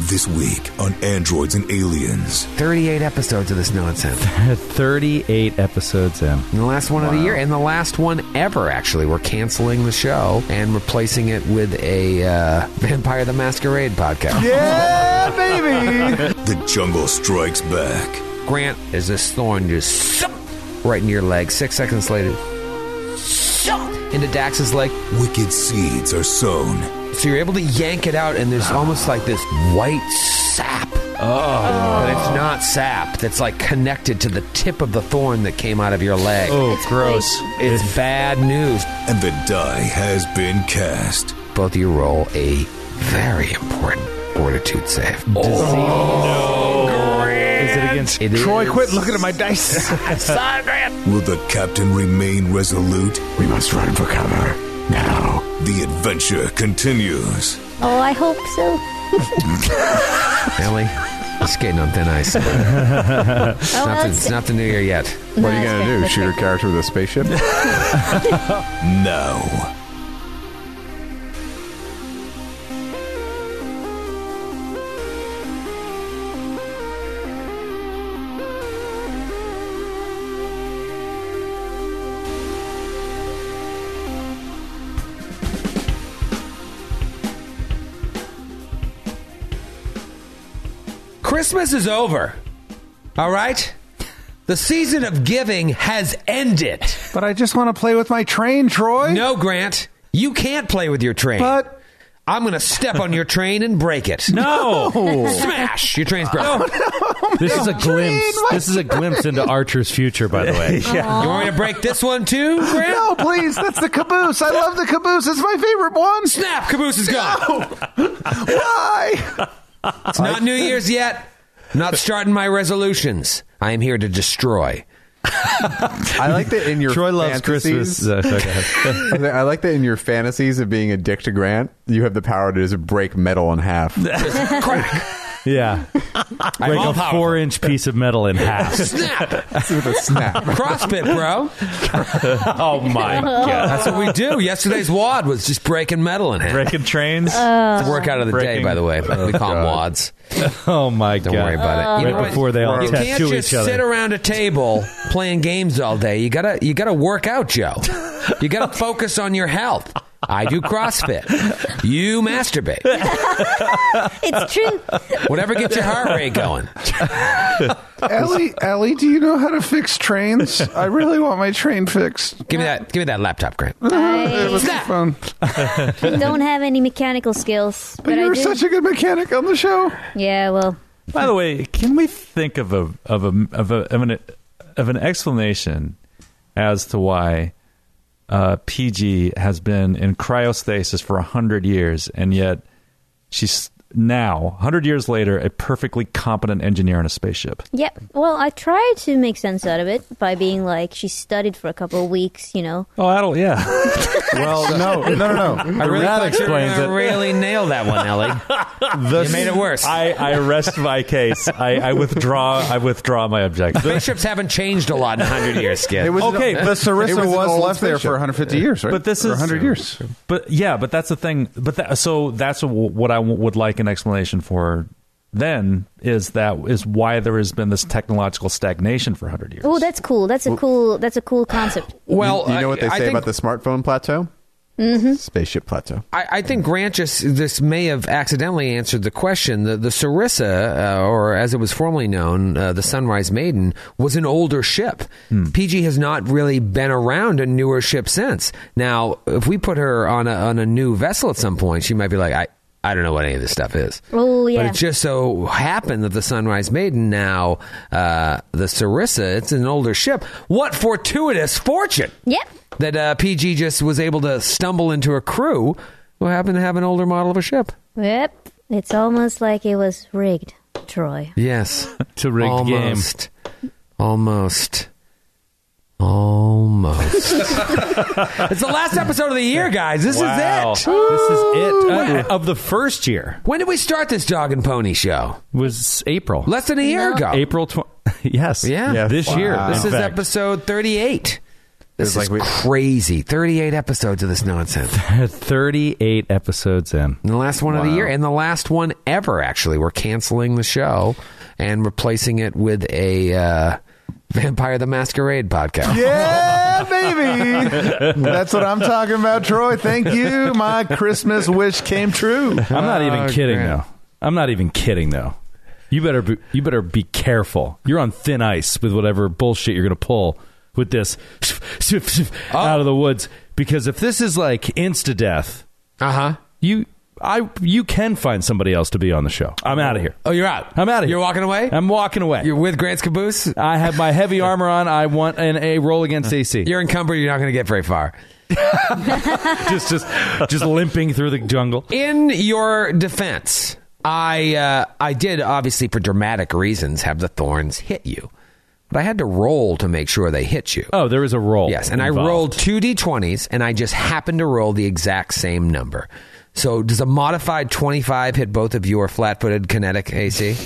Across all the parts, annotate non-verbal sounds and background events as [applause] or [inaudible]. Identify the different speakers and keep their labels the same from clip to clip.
Speaker 1: This week on Androids and Aliens.
Speaker 2: 38 episodes of this nonsense.
Speaker 3: 38 episodes in.
Speaker 2: And the last one of the year, and the last one ever, actually. We're canceling the show and replacing it with a uh, [laughs] Vampire the Masquerade podcast.
Speaker 3: Yeah, baby!
Speaker 1: The jungle strikes back.
Speaker 2: Grant, is this thorn just sup, right in your leg? Six seconds later, sup, into Dax's leg.
Speaker 1: Wicked seeds are sown.
Speaker 2: So you're able to yank it out, and
Speaker 3: Ah.
Speaker 2: there's almost like this white sap. Oh. But it's not sap that's like connected to the tip of the thorn that came out of your leg.
Speaker 3: Oh, gross.
Speaker 2: It's bad news.
Speaker 1: And the die has been cast.
Speaker 2: both of you roll a very important fortitude save.
Speaker 3: Is it against
Speaker 2: Oh, It
Speaker 3: Troy?
Speaker 2: is-
Speaker 3: Quit looking at my
Speaker 2: [laughs]
Speaker 3: dice.
Speaker 1: Will the captain remain resolute?
Speaker 4: We must run for cover. Now.
Speaker 1: The adventure continues.
Speaker 5: Oh, I hope so.
Speaker 2: Ellie, you're skating on thin ice. it's,
Speaker 5: Oh,
Speaker 2: not the,
Speaker 5: that's-
Speaker 2: it's not the new year yet.
Speaker 4: What are you
Speaker 5: Nice.
Speaker 4: going to do? Shoot her character with a spaceship?
Speaker 1: Now.
Speaker 2: Christmas is over. All right? The season of giving has ended.
Speaker 3: but I just want to play with my train, Troy.
Speaker 2: No, Grant, you can't play with your train.
Speaker 3: But
Speaker 2: I'm going to step on your train and break it. [laughs]
Speaker 6: No,
Speaker 2: Smash! Your train's broken.
Speaker 6: this is a glimpse. This is a glimpse into Archer's future, by
Speaker 2: [laughs]
Speaker 6: the way.
Speaker 2: You want me to break this one too, Grant?
Speaker 3: no, please. That's the caboose. I love the caboose. It's my favorite one.
Speaker 2: Snap! Caboose is gone.
Speaker 3: Why?
Speaker 2: It's not New Year's yet. I'm not starting my resolutions. I am here to destroy.
Speaker 4: [laughs] I like that in your
Speaker 6: Troy loves
Speaker 4: fantasies-
Speaker 6: Christmas. Uh, sorry, go
Speaker 2: [laughs]
Speaker 6: ahead.
Speaker 4: I like that in your fantasies of being a dick to Grant, you have the power to just break metal in half.
Speaker 2: Crack!
Speaker 6: [laughs] yeah, break
Speaker 2: all
Speaker 6: a
Speaker 2: powerful.
Speaker 6: four-inch piece of metal in
Speaker 2: [laughs]
Speaker 6: half.
Speaker 2: Snap!
Speaker 4: with a snap.
Speaker 2: CrossFit, bro.
Speaker 6: oh [laughs] my god!
Speaker 2: That's what we do. Yesterday's wad was just breaking metal in half.
Speaker 6: Breaking trains.
Speaker 2: it's a workout of the day,
Speaker 6: breaking-
Speaker 2: by the way. We call them wads.
Speaker 6: oh my
Speaker 2: Don't
Speaker 6: god!
Speaker 2: worry about it. You know
Speaker 6: right
Speaker 2: what?
Speaker 6: before they all
Speaker 2: you can't
Speaker 6: tattoo
Speaker 2: just
Speaker 6: each other.
Speaker 2: sit around a table playing games all day. You gotta, you gotta work out, Joe. You gotta focus on your health. I do CrossFit. You
Speaker 6: [laughs]
Speaker 2: masturbate.
Speaker 5: It's true.
Speaker 2: Whatever gets your heart rate going.
Speaker 3: Ellie, Ellie, do you know how to fix trains? I really want my train fixed.
Speaker 2: Give me that. Give me that laptop, Grant.
Speaker 3: It was
Speaker 5: I
Speaker 3: my phone.
Speaker 5: don't have any mechanical skills, but,
Speaker 3: But you
Speaker 5: I
Speaker 3: were
Speaker 5: do.
Speaker 3: such a good mechanic on the show.
Speaker 5: yeah, well,
Speaker 6: By the way, can we think of a of a of a of an, of an explanation as to why uh, PG has been in cryostasis for hundred years, and yet she's now hundred years later a perfectly competent engineer in a spaceship?
Speaker 5: yeah. Well, I tried to make sense out of it by being like, she studied for a couple of weeks, you know.
Speaker 6: Oh, I don't. Yeah,
Speaker 4: Well, no, no, no, no.
Speaker 2: I really thought
Speaker 4: that
Speaker 2: you were
Speaker 4: explains
Speaker 2: gonna
Speaker 4: it.
Speaker 2: really nailed that one, Ellie.
Speaker 4: [laughs]
Speaker 2: you made it worse.
Speaker 6: I, I rest my case. I, I withdraw. I withdraw my
Speaker 2: [laughs]
Speaker 6: objection.
Speaker 2: Spaceships haven't changed a lot in 100 years, Skip.
Speaker 6: Okay,
Speaker 4: an-
Speaker 6: but
Speaker 4: it
Speaker 3: Sarissa
Speaker 4: was, an old
Speaker 3: left there
Speaker 4: spaceship.
Speaker 3: for 150 years, right?
Speaker 6: But this
Speaker 3: Or
Speaker 6: is
Speaker 3: 100 years.
Speaker 6: But yeah, but that's the thing. But that, so that's what I w- would like an explanation for. Then is that is why there has been this technological stagnation for hundred years.
Speaker 5: Oh, that's cool. That's a cool. That's a cool concept.
Speaker 2: well,
Speaker 4: you know what they
Speaker 2: I- I
Speaker 4: say
Speaker 2: think,
Speaker 4: about the smartphone plateau? Mm-hmm. Spaceship plateau.
Speaker 2: I, I think Grant just this may have accidentally answered the question. The, the Sarissa, uh, or as it was formerly known, uh, the Sunrise Maiden, was an older ship.
Speaker 4: Hmm.
Speaker 2: PG has not really been around a newer ship since. Now, if we put her on a, on a new vessel at some point, she might be like, I. I don't know what any of this stuff is.
Speaker 5: Oh, yeah.
Speaker 2: But it just so happened that the Sunrise Maiden now, uh, the Sarissa, it's an older ship. What fortuitous fortune!
Speaker 5: Yep.
Speaker 2: that uh, PG just was able to stumble into a crew who happened to have an older model of a ship.
Speaker 5: Yep. It's almost like it was rigged, Troy.
Speaker 2: Yes,
Speaker 6: It's a rigged game.
Speaker 2: almost, almost. Almost. it's the last episode of the year, guys. This
Speaker 6: Wow.
Speaker 2: is it.
Speaker 7: This is it uh, of the first year.
Speaker 2: When did we start this dog and pony show?
Speaker 7: Was April?
Speaker 2: Less than a year ago.
Speaker 6: [laughs]
Speaker 7: April tw- Yes.
Speaker 2: Yeah.
Speaker 4: Yeah,
Speaker 7: This
Speaker 4: wow.
Speaker 7: year.
Speaker 2: This
Speaker 7: in
Speaker 2: is
Speaker 7: fact.
Speaker 2: episode 38. This is
Speaker 4: It's like we-
Speaker 2: crazy. 38 episodes of this nonsense.
Speaker 7: 38 episodes in.
Speaker 2: And the last one of the year and the last one ever, actually. We're canceling the show and replacing it with a uh, Vampire the Masquerade podcast.
Speaker 3: [laughs] Yeah, baby. That's what I'm talking about, Troy. Thank you. My Christmas wish came true.
Speaker 7: I'm not even
Speaker 2: Oh,
Speaker 7: kidding
Speaker 2: great.
Speaker 7: though. I'm not even kidding though. You better be, you better be careful. You're on thin ice with whatever bullshit you're going to pull with this [laughs] out of the woods because if this is like insta death,
Speaker 2: Uh huh.
Speaker 7: you I you can find somebody else to be on the show. I'm out of here.
Speaker 2: Oh, you're out.
Speaker 7: I'm out of here.
Speaker 2: You're walking away?
Speaker 7: I'm walking away.
Speaker 2: You're with Grant's Caboose?
Speaker 7: I have my heavy armor on. I want an a roll against AC.
Speaker 2: [laughs] You're encumbered. You're not going to get very far.
Speaker 7: just just just limping through the jungle.
Speaker 2: In your defense, I uh, I did obviously for dramatic reasons have the thorns hit you, but I had to roll to make sure they hit you.
Speaker 7: Oh, there is a roll.
Speaker 2: Yes, and I
Speaker 7: involved.
Speaker 2: rolled two d20s, and I just happened to roll the exact same number. So does a modified twenty-five hit both of your flat-footed kinetic AC?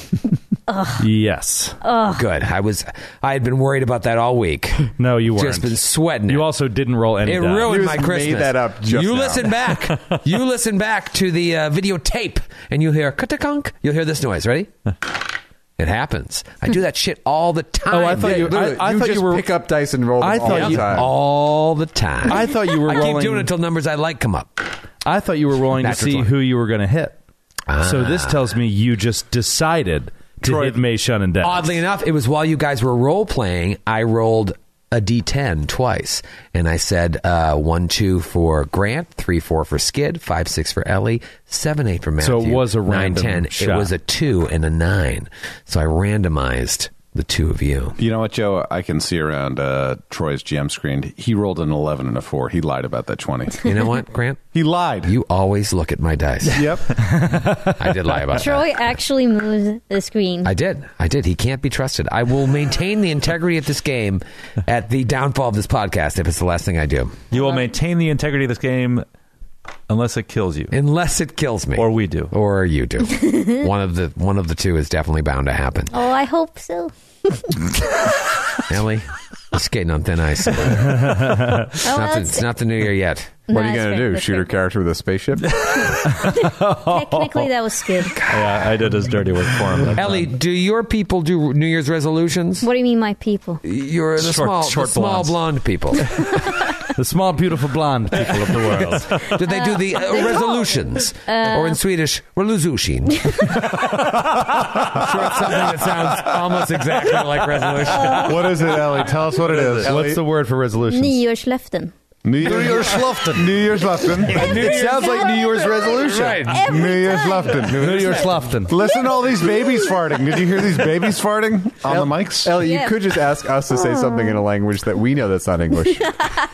Speaker 7: Yes.
Speaker 2: Good. I was I had been worried about that all week.
Speaker 7: [laughs] No, you weren't.
Speaker 2: Just been sweating.
Speaker 7: You
Speaker 2: it.
Speaker 7: also didn't roll any.
Speaker 2: It
Speaker 7: die.
Speaker 2: ruined
Speaker 4: You
Speaker 2: my
Speaker 4: just made
Speaker 2: Christmas.
Speaker 4: that up just
Speaker 2: you
Speaker 4: now.
Speaker 2: listen back.
Speaker 7: [laughs]
Speaker 2: you listen back to the uh, videotape, and you hear kunk. You'll hear this noise.
Speaker 7: [laughs]
Speaker 2: Ready? It happens. I do that shit all the time.
Speaker 7: Oh, I thought you. I,
Speaker 4: Literally,
Speaker 7: I
Speaker 4: you
Speaker 7: thought
Speaker 4: just
Speaker 7: you were.
Speaker 4: pick up dice and roll them
Speaker 7: I
Speaker 4: all
Speaker 7: thought
Speaker 4: the
Speaker 7: you-
Speaker 4: time.
Speaker 2: all the time.
Speaker 7: [laughs] I thought you were
Speaker 2: I
Speaker 7: rolling.
Speaker 2: keep doing it until numbers I like come up.
Speaker 7: I thought you were rolling to
Speaker 2: Natural
Speaker 7: see
Speaker 2: twenty.
Speaker 7: who you were going to hit. So this
Speaker 2: Ah.
Speaker 7: tells me you just decided to
Speaker 2: Troy-
Speaker 7: hit Mayshun and Dennis.
Speaker 2: Oddly enough, it was while you guys were role playing, I rolled a d10 twice. And I said uh, 1 2 for Grant, 3 4 for Skid, 5 6 for Ellie, 7 8 for
Speaker 7: So
Speaker 2: Matthew.
Speaker 7: it was a
Speaker 2: 9
Speaker 7: random
Speaker 2: 10. It
Speaker 7: shot.
Speaker 2: was a 2 and a 9. So I randomized the two of you.
Speaker 8: You know what, Joe? I can see around uh, Troy's GM screen. He rolled an 11 and a 4. He lied about that 20.
Speaker 2: You know what, Grant?
Speaker 8: he lied.
Speaker 2: You always look at my dice.
Speaker 8: [laughs] yep.
Speaker 2: I did lie about
Speaker 5: Troy
Speaker 2: that.
Speaker 5: actually moves the screen.
Speaker 2: I did. I did. He can't be trusted. I will maintain the integrity of this game at the downfall of this podcast if it's the last thing I do.
Speaker 6: You will maintain the integrity of this game unless it kills you.
Speaker 2: unless it kills me
Speaker 6: Or we do.
Speaker 2: or you [laughs] do one of the one of the two is definitely bound to [laughs] happen
Speaker 5: oh, I hope so.
Speaker 2: ellie you're skating on thin ice it's, not
Speaker 5: Oh,
Speaker 2: the,
Speaker 5: that's,
Speaker 2: it's not the new year yet
Speaker 4: What are you
Speaker 5: that's
Speaker 4: going
Speaker 5: fair,
Speaker 4: to do?
Speaker 5: that's
Speaker 4: Shoot
Speaker 5: fair.
Speaker 4: her character with a spaceship?
Speaker 5: Technically, that was skid.
Speaker 6: Yeah, I did his dirty work for
Speaker 2: [laughs]
Speaker 6: him.
Speaker 2: ellie do your people do new year's resolutions
Speaker 5: What do you mean, my people?
Speaker 2: you're the
Speaker 6: Short-
Speaker 2: small
Speaker 6: short
Speaker 2: the small
Speaker 6: blondes.
Speaker 2: blonde people
Speaker 7: the small, beautiful blonde people of the world.
Speaker 2: do they Uh, do the uh, resolutions or in swedish resolution sure [laughs] it's something that sounds almost exactly like resolution
Speaker 3: What is it, Ellie? Tell us what it is.
Speaker 7: [laughs] What's the word for resolutions?
Speaker 5: Nyårslöften.
Speaker 3: New Year's Lofton. New Year's Lofton.
Speaker 7: It sounds like New Year's resolution.
Speaker 3: New Year's Lofton.
Speaker 7: New Year's Lofton.
Speaker 3: Listen to all these babies farting. Did you hear these babies farting on the mics?
Speaker 4: Ellie,
Speaker 5: Yeah.
Speaker 4: you could just ask us to say something in a language that we know that's not [laughs] English,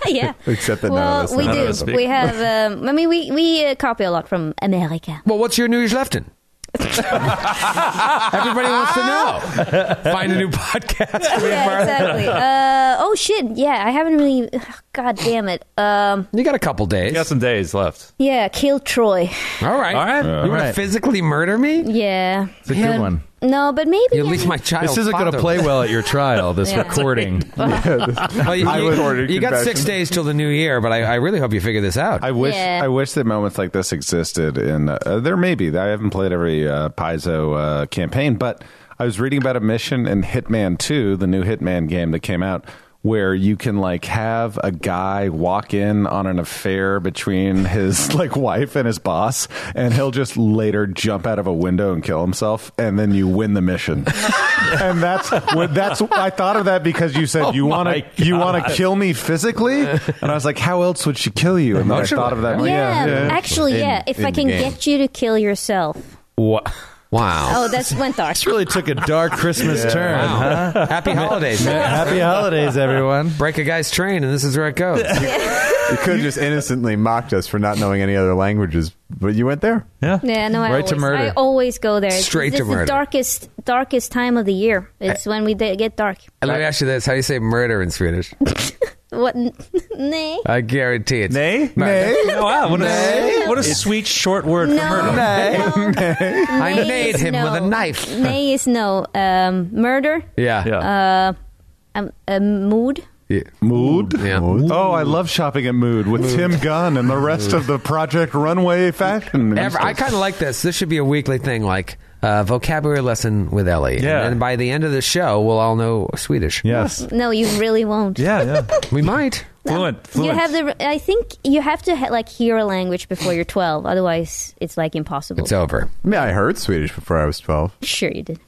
Speaker 5: yeah.
Speaker 4: except that none
Speaker 5: well,
Speaker 4: of us
Speaker 5: we
Speaker 4: know.
Speaker 6: none of
Speaker 5: do.
Speaker 6: us speak.
Speaker 5: we have. Um, I mean, we we uh, copy a lot from America.
Speaker 2: well what's your new year's lefton everybody wants to know
Speaker 7: [laughs]
Speaker 2: find a new podcast to be a
Speaker 5: yeah,
Speaker 2: part of.
Speaker 5: exactly. Uh, oh shit! Yeah, I haven't really. ugh, God damn it. Um,
Speaker 2: You got a couple days.
Speaker 6: You got some days left.
Speaker 5: yeah, kill Troy.
Speaker 2: All right.
Speaker 6: All right.
Speaker 2: You want to
Speaker 7: right.
Speaker 2: physically murder me?
Speaker 5: Yeah.
Speaker 7: It's a good one.
Speaker 5: No, but maybe.
Speaker 2: You leave
Speaker 5: I-
Speaker 2: my child.
Speaker 7: This isn't going to
Speaker 2: father-
Speaker 7: play well at your trial. This
Speaker 5: Yeah.
Speaker 2: [laughs]
Speaker 7: recording.
Speaker 2: Well, you,
Speaker 4: I
Speaker 2: you-
Speaker 4: was ordered
Speaker 2: you got
Speaker 4: confession.
Speaker 2: six days till the new year, but I, I really hope you figure this out.
Speaker 8: I wish
Speaker 5: Yeah.
Speaker 8: I wish that moments like this existed. And uh, there may be. I haven't played every uh, Paizo uh, campaign, but I was reading about a mission in Hitman 2, the new Hitman game that came out, where you can like have a guy walk in on an affair between [laughs] his like wife and his boss, and he'll just later jump out of a window and kill himself, and then you win the mission.
Speaker 3: and that's what that's I thought of that because you said you want
Speaker 7: my
Speaker 3: to you want to kill me physically, and
Speaker 8: and I was like, how else would she kill you? And then I
Speaker 2: Emotionally,
Speaker 8: thought of that.
Speaker 5: yeah,
Speaker 8: yeah.
Speaker 5: actually,
Speaker 4: In-
Speaker 5: yeah. If
Speaker 4: in
Speaker 5: I
Speaker 4: the
Speaker 5: can
Speaker 4: game.
Speaker 5: get you to kill yourself,
Speaker 7: What?
Speaker 2: Wow.
Speaker 5: Oh, that's Wenthar.
Speaker 7: This really took a dark Christmas turn.
Speaker 2: Wow. Happy holidays. man.
Speaker 7: Happy holidays, everyone.
Speaker 2: Break a guy's train, and this is where it goes.
Speaker 4: You could have just innocently mocked us for not knowing any other languages, but you went there.
Speaker 6: Yeah.
Speaker 5: Yeah, no, I
Speaker 7: Right
Speaker 5: always,
Speaker 7: to murder.
Speaker 5: I always go there. It's-
Speaker 2: Straight
Speaker 5: it's,
Speaker 2: to murder.
Speaker 5: the darkest, darkest time of the year. It's when we de- get dark.
Speaker 2: And let me ask you this: How do you say murder in Swedish?
Speaker 5: What? [laughs] Nay.
Speaker 2: I guarantee it.
Speaker 6: Nay?
Speaker 2: Nay.
Speaker 6: Oh, wow. What a, what a sweet short word for
Speaker 5: No,
Speaker 6: murder.
Speaker 5: no.
Speaker 2: I
Speaker 5: Nay
Speaker 2: made
Speaker 5: is
Speaker 2: him
Speaker 5: no.
Speaker 2: with a knife.
Speaker 5: Nay is no. Um, murder.
Speaker 2: Yeah.
Speaker 6: Yeah.
Speaker 5: Uh, um, uh, mood.
Speaker 2: Yeah.
Speaker 8: Mood.
Speaker 2: Yeah.
Speaker 8: Oh, I love shopping at Mood with Tim Gunn and the rest of the Project Runway fashion.
Speaker 2: Ever- I kind of like this. This should be a weekly thing, like uh, vocabulary lesson with Ellie.
Speaker 6: Yeah.
Speaker 2: And then by the end of the show, we'll all know Swedish.
Speaker 6: yes.
Speaker 5: No, you really won't.
Speaker 6: Yeah, yeah.
Speaker 2: We might.
Speaker 6: Fluent.
Speaker 5: You
Speaker 6: Fluent.
Speaker 5: have the. I think you have to ha- like hear a language before you're 12. Otherwise, it's like impossible.
Speaker 2: It's over.
Speaker 4: I mean, I heard Swedish before I was 12.
Speaker 5: sure, you did.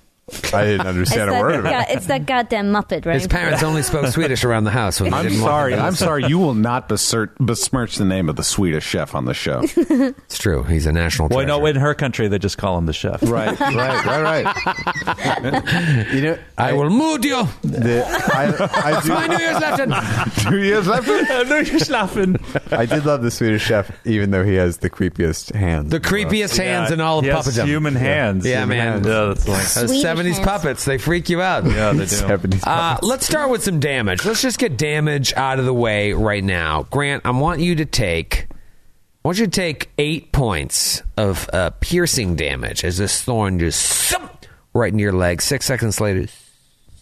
Speaker 4: I didn't
Speaker 5: it's,
Speaker 4: understand a
Speaker 5: that
Speaker 4: word of
Speaker 5: go-
Speaker 4: it.
Speaker 5: it's that goddamn Muppet, right?
Speaker 2: His parents only spoke Swedish around the house. When they
Speaker 8: I'm
Speaker 2: didn't want
Speaker 8: sorry.
Speaker 2: him to
Speaker 8: I'm
Speaker 2: listen.
Speaker 8: sorry. You will not besert, besmirch the name of the Swedish chef on the show.
Speaker 2: It's true. He's a national.
Speaker 6: Well, no,
Speaker 2: treasure.
Speaker 6: in her country, they just call him the chef.
Speaker 8: [laughs] [laughs] right. Right. Right. Right.
Speaker 4: You know,
Speaker 2: I will mood you.
Speaker 4: the, I, I do,
Speaker 2: My New Year's lesson.
Speaker 4: Two years left.
Speaker 6: no, you're laughing.
Speaker 4: I did love the Swedish chef, even though he has the creepiest hands.
Speaker 2: The creepiest hands in all of
Speaker 6: Yes,
Speaker 2: puppetdom.
Speaker 6: Human hands.
Speaker 2: Yeah,
Speaker 6: Human
Speaker 2: man.
Speaker 6: hands. Yeah, that's like.
Speaker 2: Those
Speaker 5: Swedish
Speaker 2: 70s
Speaker 5: hands.
Speaker 2: puppets. They freak you out.
Speaker 6: Yeah, they do.
Speaker 4: 70s.
Speaker 2: Uh, let's start with some damage. Let's just get damage out of the way right now. Grant, I want you to take. I want you to take eight points of uh, piercing damage as this thorn just thump right into your leg. Six seconds later,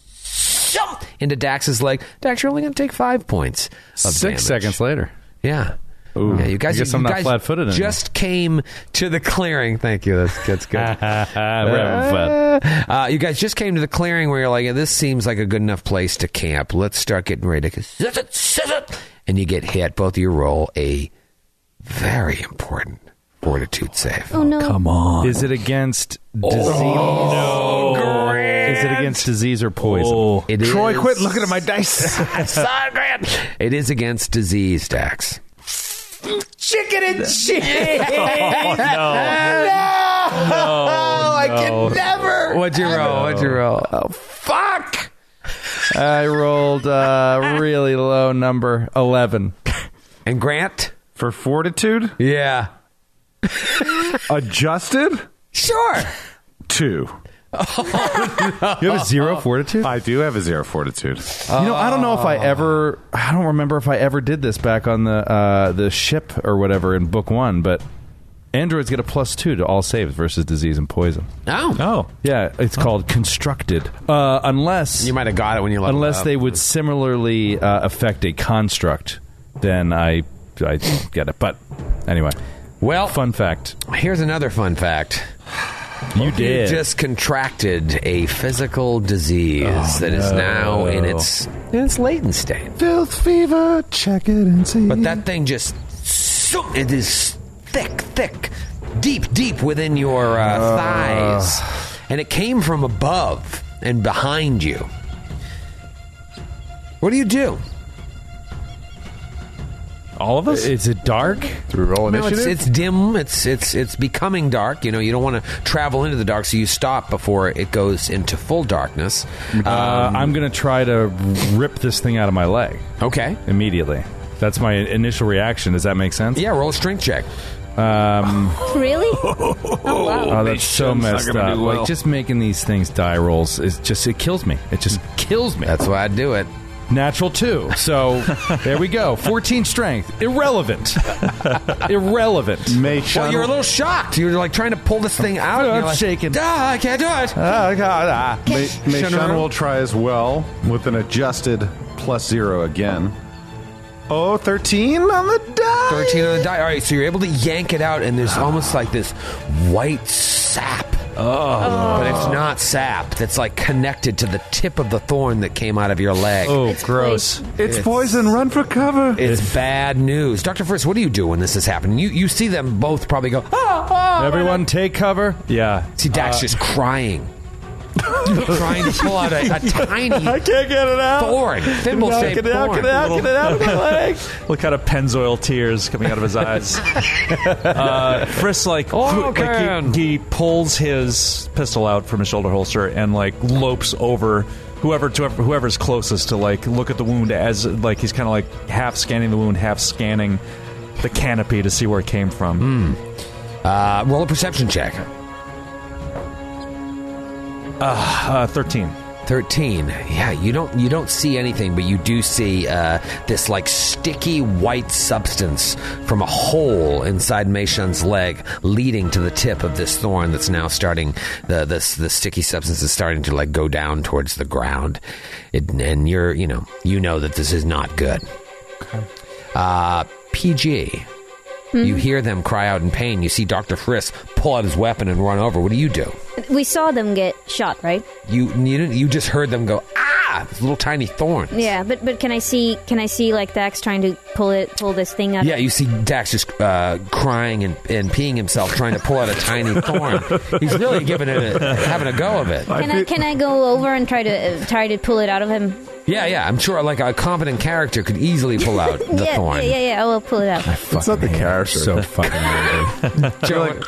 Speaker 2: thump into Dax's leg. Dax, you're only going to take five points of
Speaker 7: Six
Speaker 2: damage.
Speaker 7: seconds later.
Speaker 2: Yeah. yeah, you guys,
Speaker 7: I guess
Speaker 2: you
Speaker 7: I'm not
Speaker 2: guys
Speaker 7: flat-footed anymore.
Speaker 2: just came to the clearing. Thank you. That's, that's good.
Speaker 7: [laughs] We're having fun.
Speaker 2: Uh, you guys just came to the clearing where you're like, this seems like a good enough place to camp. Let's start getting ready to. Sit it, sit it. And you get hit. Both of you roll a very important fortitude save.
Speaker 5: Oh no.
Speaker 6: Come on.
Speaker 7: Uh, Is it against disease? Oh. no. Is it against disease or poison?
Speaker 6: Oh.
Speaker 2: It is
Speaker 3: Troy, quit looking at my dice.
Speaker 2: Sorry, Grant. It is against disease, Dax. Chicken and
Speaker 7: [laughs]
Speaker 2: chicken.
Speaker 6: I can
Speaker 2: Oh, never. What'd you roll? What'd you roll? Oh, fuck.
Speaker 7: I rolled a really low number, 11.
Speaker 2: And Grant?
Speaker 8: [laughs] For fortitude,
Speaker 2: Yeah.
Speaker 8: adjusted
Speaker 2: Sure.
Speaker 8: two.
Speaker 7: [laughs] You have a zero fortitude?
Speaker 8: I do have a zero fortitude.
Speaker 7: You know, I don't know if I ever. I don't remember if I ever did this back on the uh, the ship or whatever in book one, but androids get a plus two to all saves versus disease and poison.
Speaker 2: Oh.
Speaker 6: Oh.
Speaker 7: Yeah, it's called constructed, uh, unless
Speaker 2: You might have got it when you leveled
Speaker 7: unless
Speaker 2: up.
Speaker 7: they would similarly uh, affect a construct. Then I I get it. But anyway,
Speaker 2: Well,
Speaker 7: fun fact:
Speaker 2: here's another fun fact.
Speaker 7: you did.
Speaker 2: just contracted a physical disease
Speaker 7: Oh,
Speaker 2: that is now in its in its latent state.
Speaker 8: Filth fever. Check it and see.
Speaker 2: But that thing just so- it is thick, thick, deep, deep within your uh, thighs, and it came from above and behind you. What do you do?
Speaker 6: All of us?
Speaker 7: is it dark?
Speaker 4: Do we roll
Speaker 2: No,
Speaker 4: initiative?
Speaker 2: it's, it's dim. It's it's it's becoming dark. You know, you don't want to travel into the dark, so you stop before it goes into full darkness.
Speaker 7: Uh, I'm gonna try to rip this thing out of my leg.
Speaker 2: Okay.
Speaker 7: immediately. That's my initial reaction. Does that make sense?
Speaker 2: Yeah, roll a strength check. [laughs]
Speaker 5: Really? Oh wow.
Speaker 7: Oh, that's so messed
Speaker 8: gonna
Speaker 7: up.
Speaker 8: do well.
Speaker 7: Like just making these things die rolls is just it kills me. It just kills me.
Speaker 2: That's why I do it.
Speaker 7: Natural two. So there we go. Fourteen strength. Irrelevant. Irrelevant.
Speaker 8: May
Speaker 2: Well,
Speaker 8: shun,
Speaker 2: you're a little shocked. You're like trying to pull this thing out. and
Speaker 7: I'm
Speaker 2: you're like,
Speaker 7: shaking.
Speaker 2: Duh, I can't do it.
Speaker 7: Ah, God, ah.
Speaker 8: may, may
Speaker 2: Shun
Speaker 8: shun
Speaker 2: roll.
Speaker 8: will try as well with an adjusted plus zero again. Oh, 13 on the die.
Speaker 2: Thirteen on the die. All right, so you're able to yank it out, and there's almost like this white sap. Oh, but it's not sap. That's like connected to the tip of the thorn that came out of your leg.
Speaker 7: Oh,
Speaker 5: It's
Speaker 7: gross.
Speaker 8: It's, poison. Run for cover.
Speaker 2: It's bad news, Doctor First. What do you do when this is happening? You you see them both probably go. Oh, oh.
Speaker 7: Everyone, take cover. [laughs]
Speaker 2: Uh.
Speaker 6: yeah.
Speaker 2: See Dax just crying. trying to pull out [laughs] a, a tiny
Speaker 6: can't get it out.
Speaker 2: thorn, thimble-shaped thorn.
Speaker 6: Little- [laughs] Look out of Pennzoil tears coming out of his [laughs] eyes. uh, Frisk like,
Speaker 2: Oh,
Speaker 6: like, he-
Speaker 2: man.
Speaker 6: he, pulls his pistol out from his shoulder holster and like lopes over whoever to whoever's closest to like look at the wound as like he's kind of like half scanning the wound, half scanning the canopy to see where it came
Speaker 2: Hmm.
Speaker 6: from.
Speaker 2: Uh, roll a perception check.
Speaker 6: Uh, Thirteen.
Speaker 2: Thirteen. Yeah, you don't you don't see anything, but you do see uh, this like sticky white substance from a hole inside Meishan's leg, leading to the tip of this thorn that's now starting. The this the sticky substance is starting to like go down towards the ground, it, and you're you know you know that this is not good. Uh, PG. You hear them cry out in pain. You see Dr. Frisk pull out his weapon and run over. What do you do?
Speaker 5: We saw them get shot, right?
Speaker 2: You you, didn't- you just heard them go ah with little tiny thorns.
Speaker 5: Yeah, but but can I see can I see like Dax trying to pull it pull this thing out?
Speaker 2: Yeah, you see Dax just uh, crying and, and peeing himself, trying to pull out a tiny thorn. He's really giving it, a, having a go of it.
Speaker 5: Can I can I go over and try to uh, try to pull it out of him?
Speaker 2: Yeah, yeah, I'm sure like a competent character could easily pull out the
Speaker 5: yeah,
Speaker 2: thorn.
Speaker 5: yeah, yeah, yeah. I will pull it out.
Speaker 3: It's not the character.
Speaker 7: So fucking angry.
Speaker 2: Joe,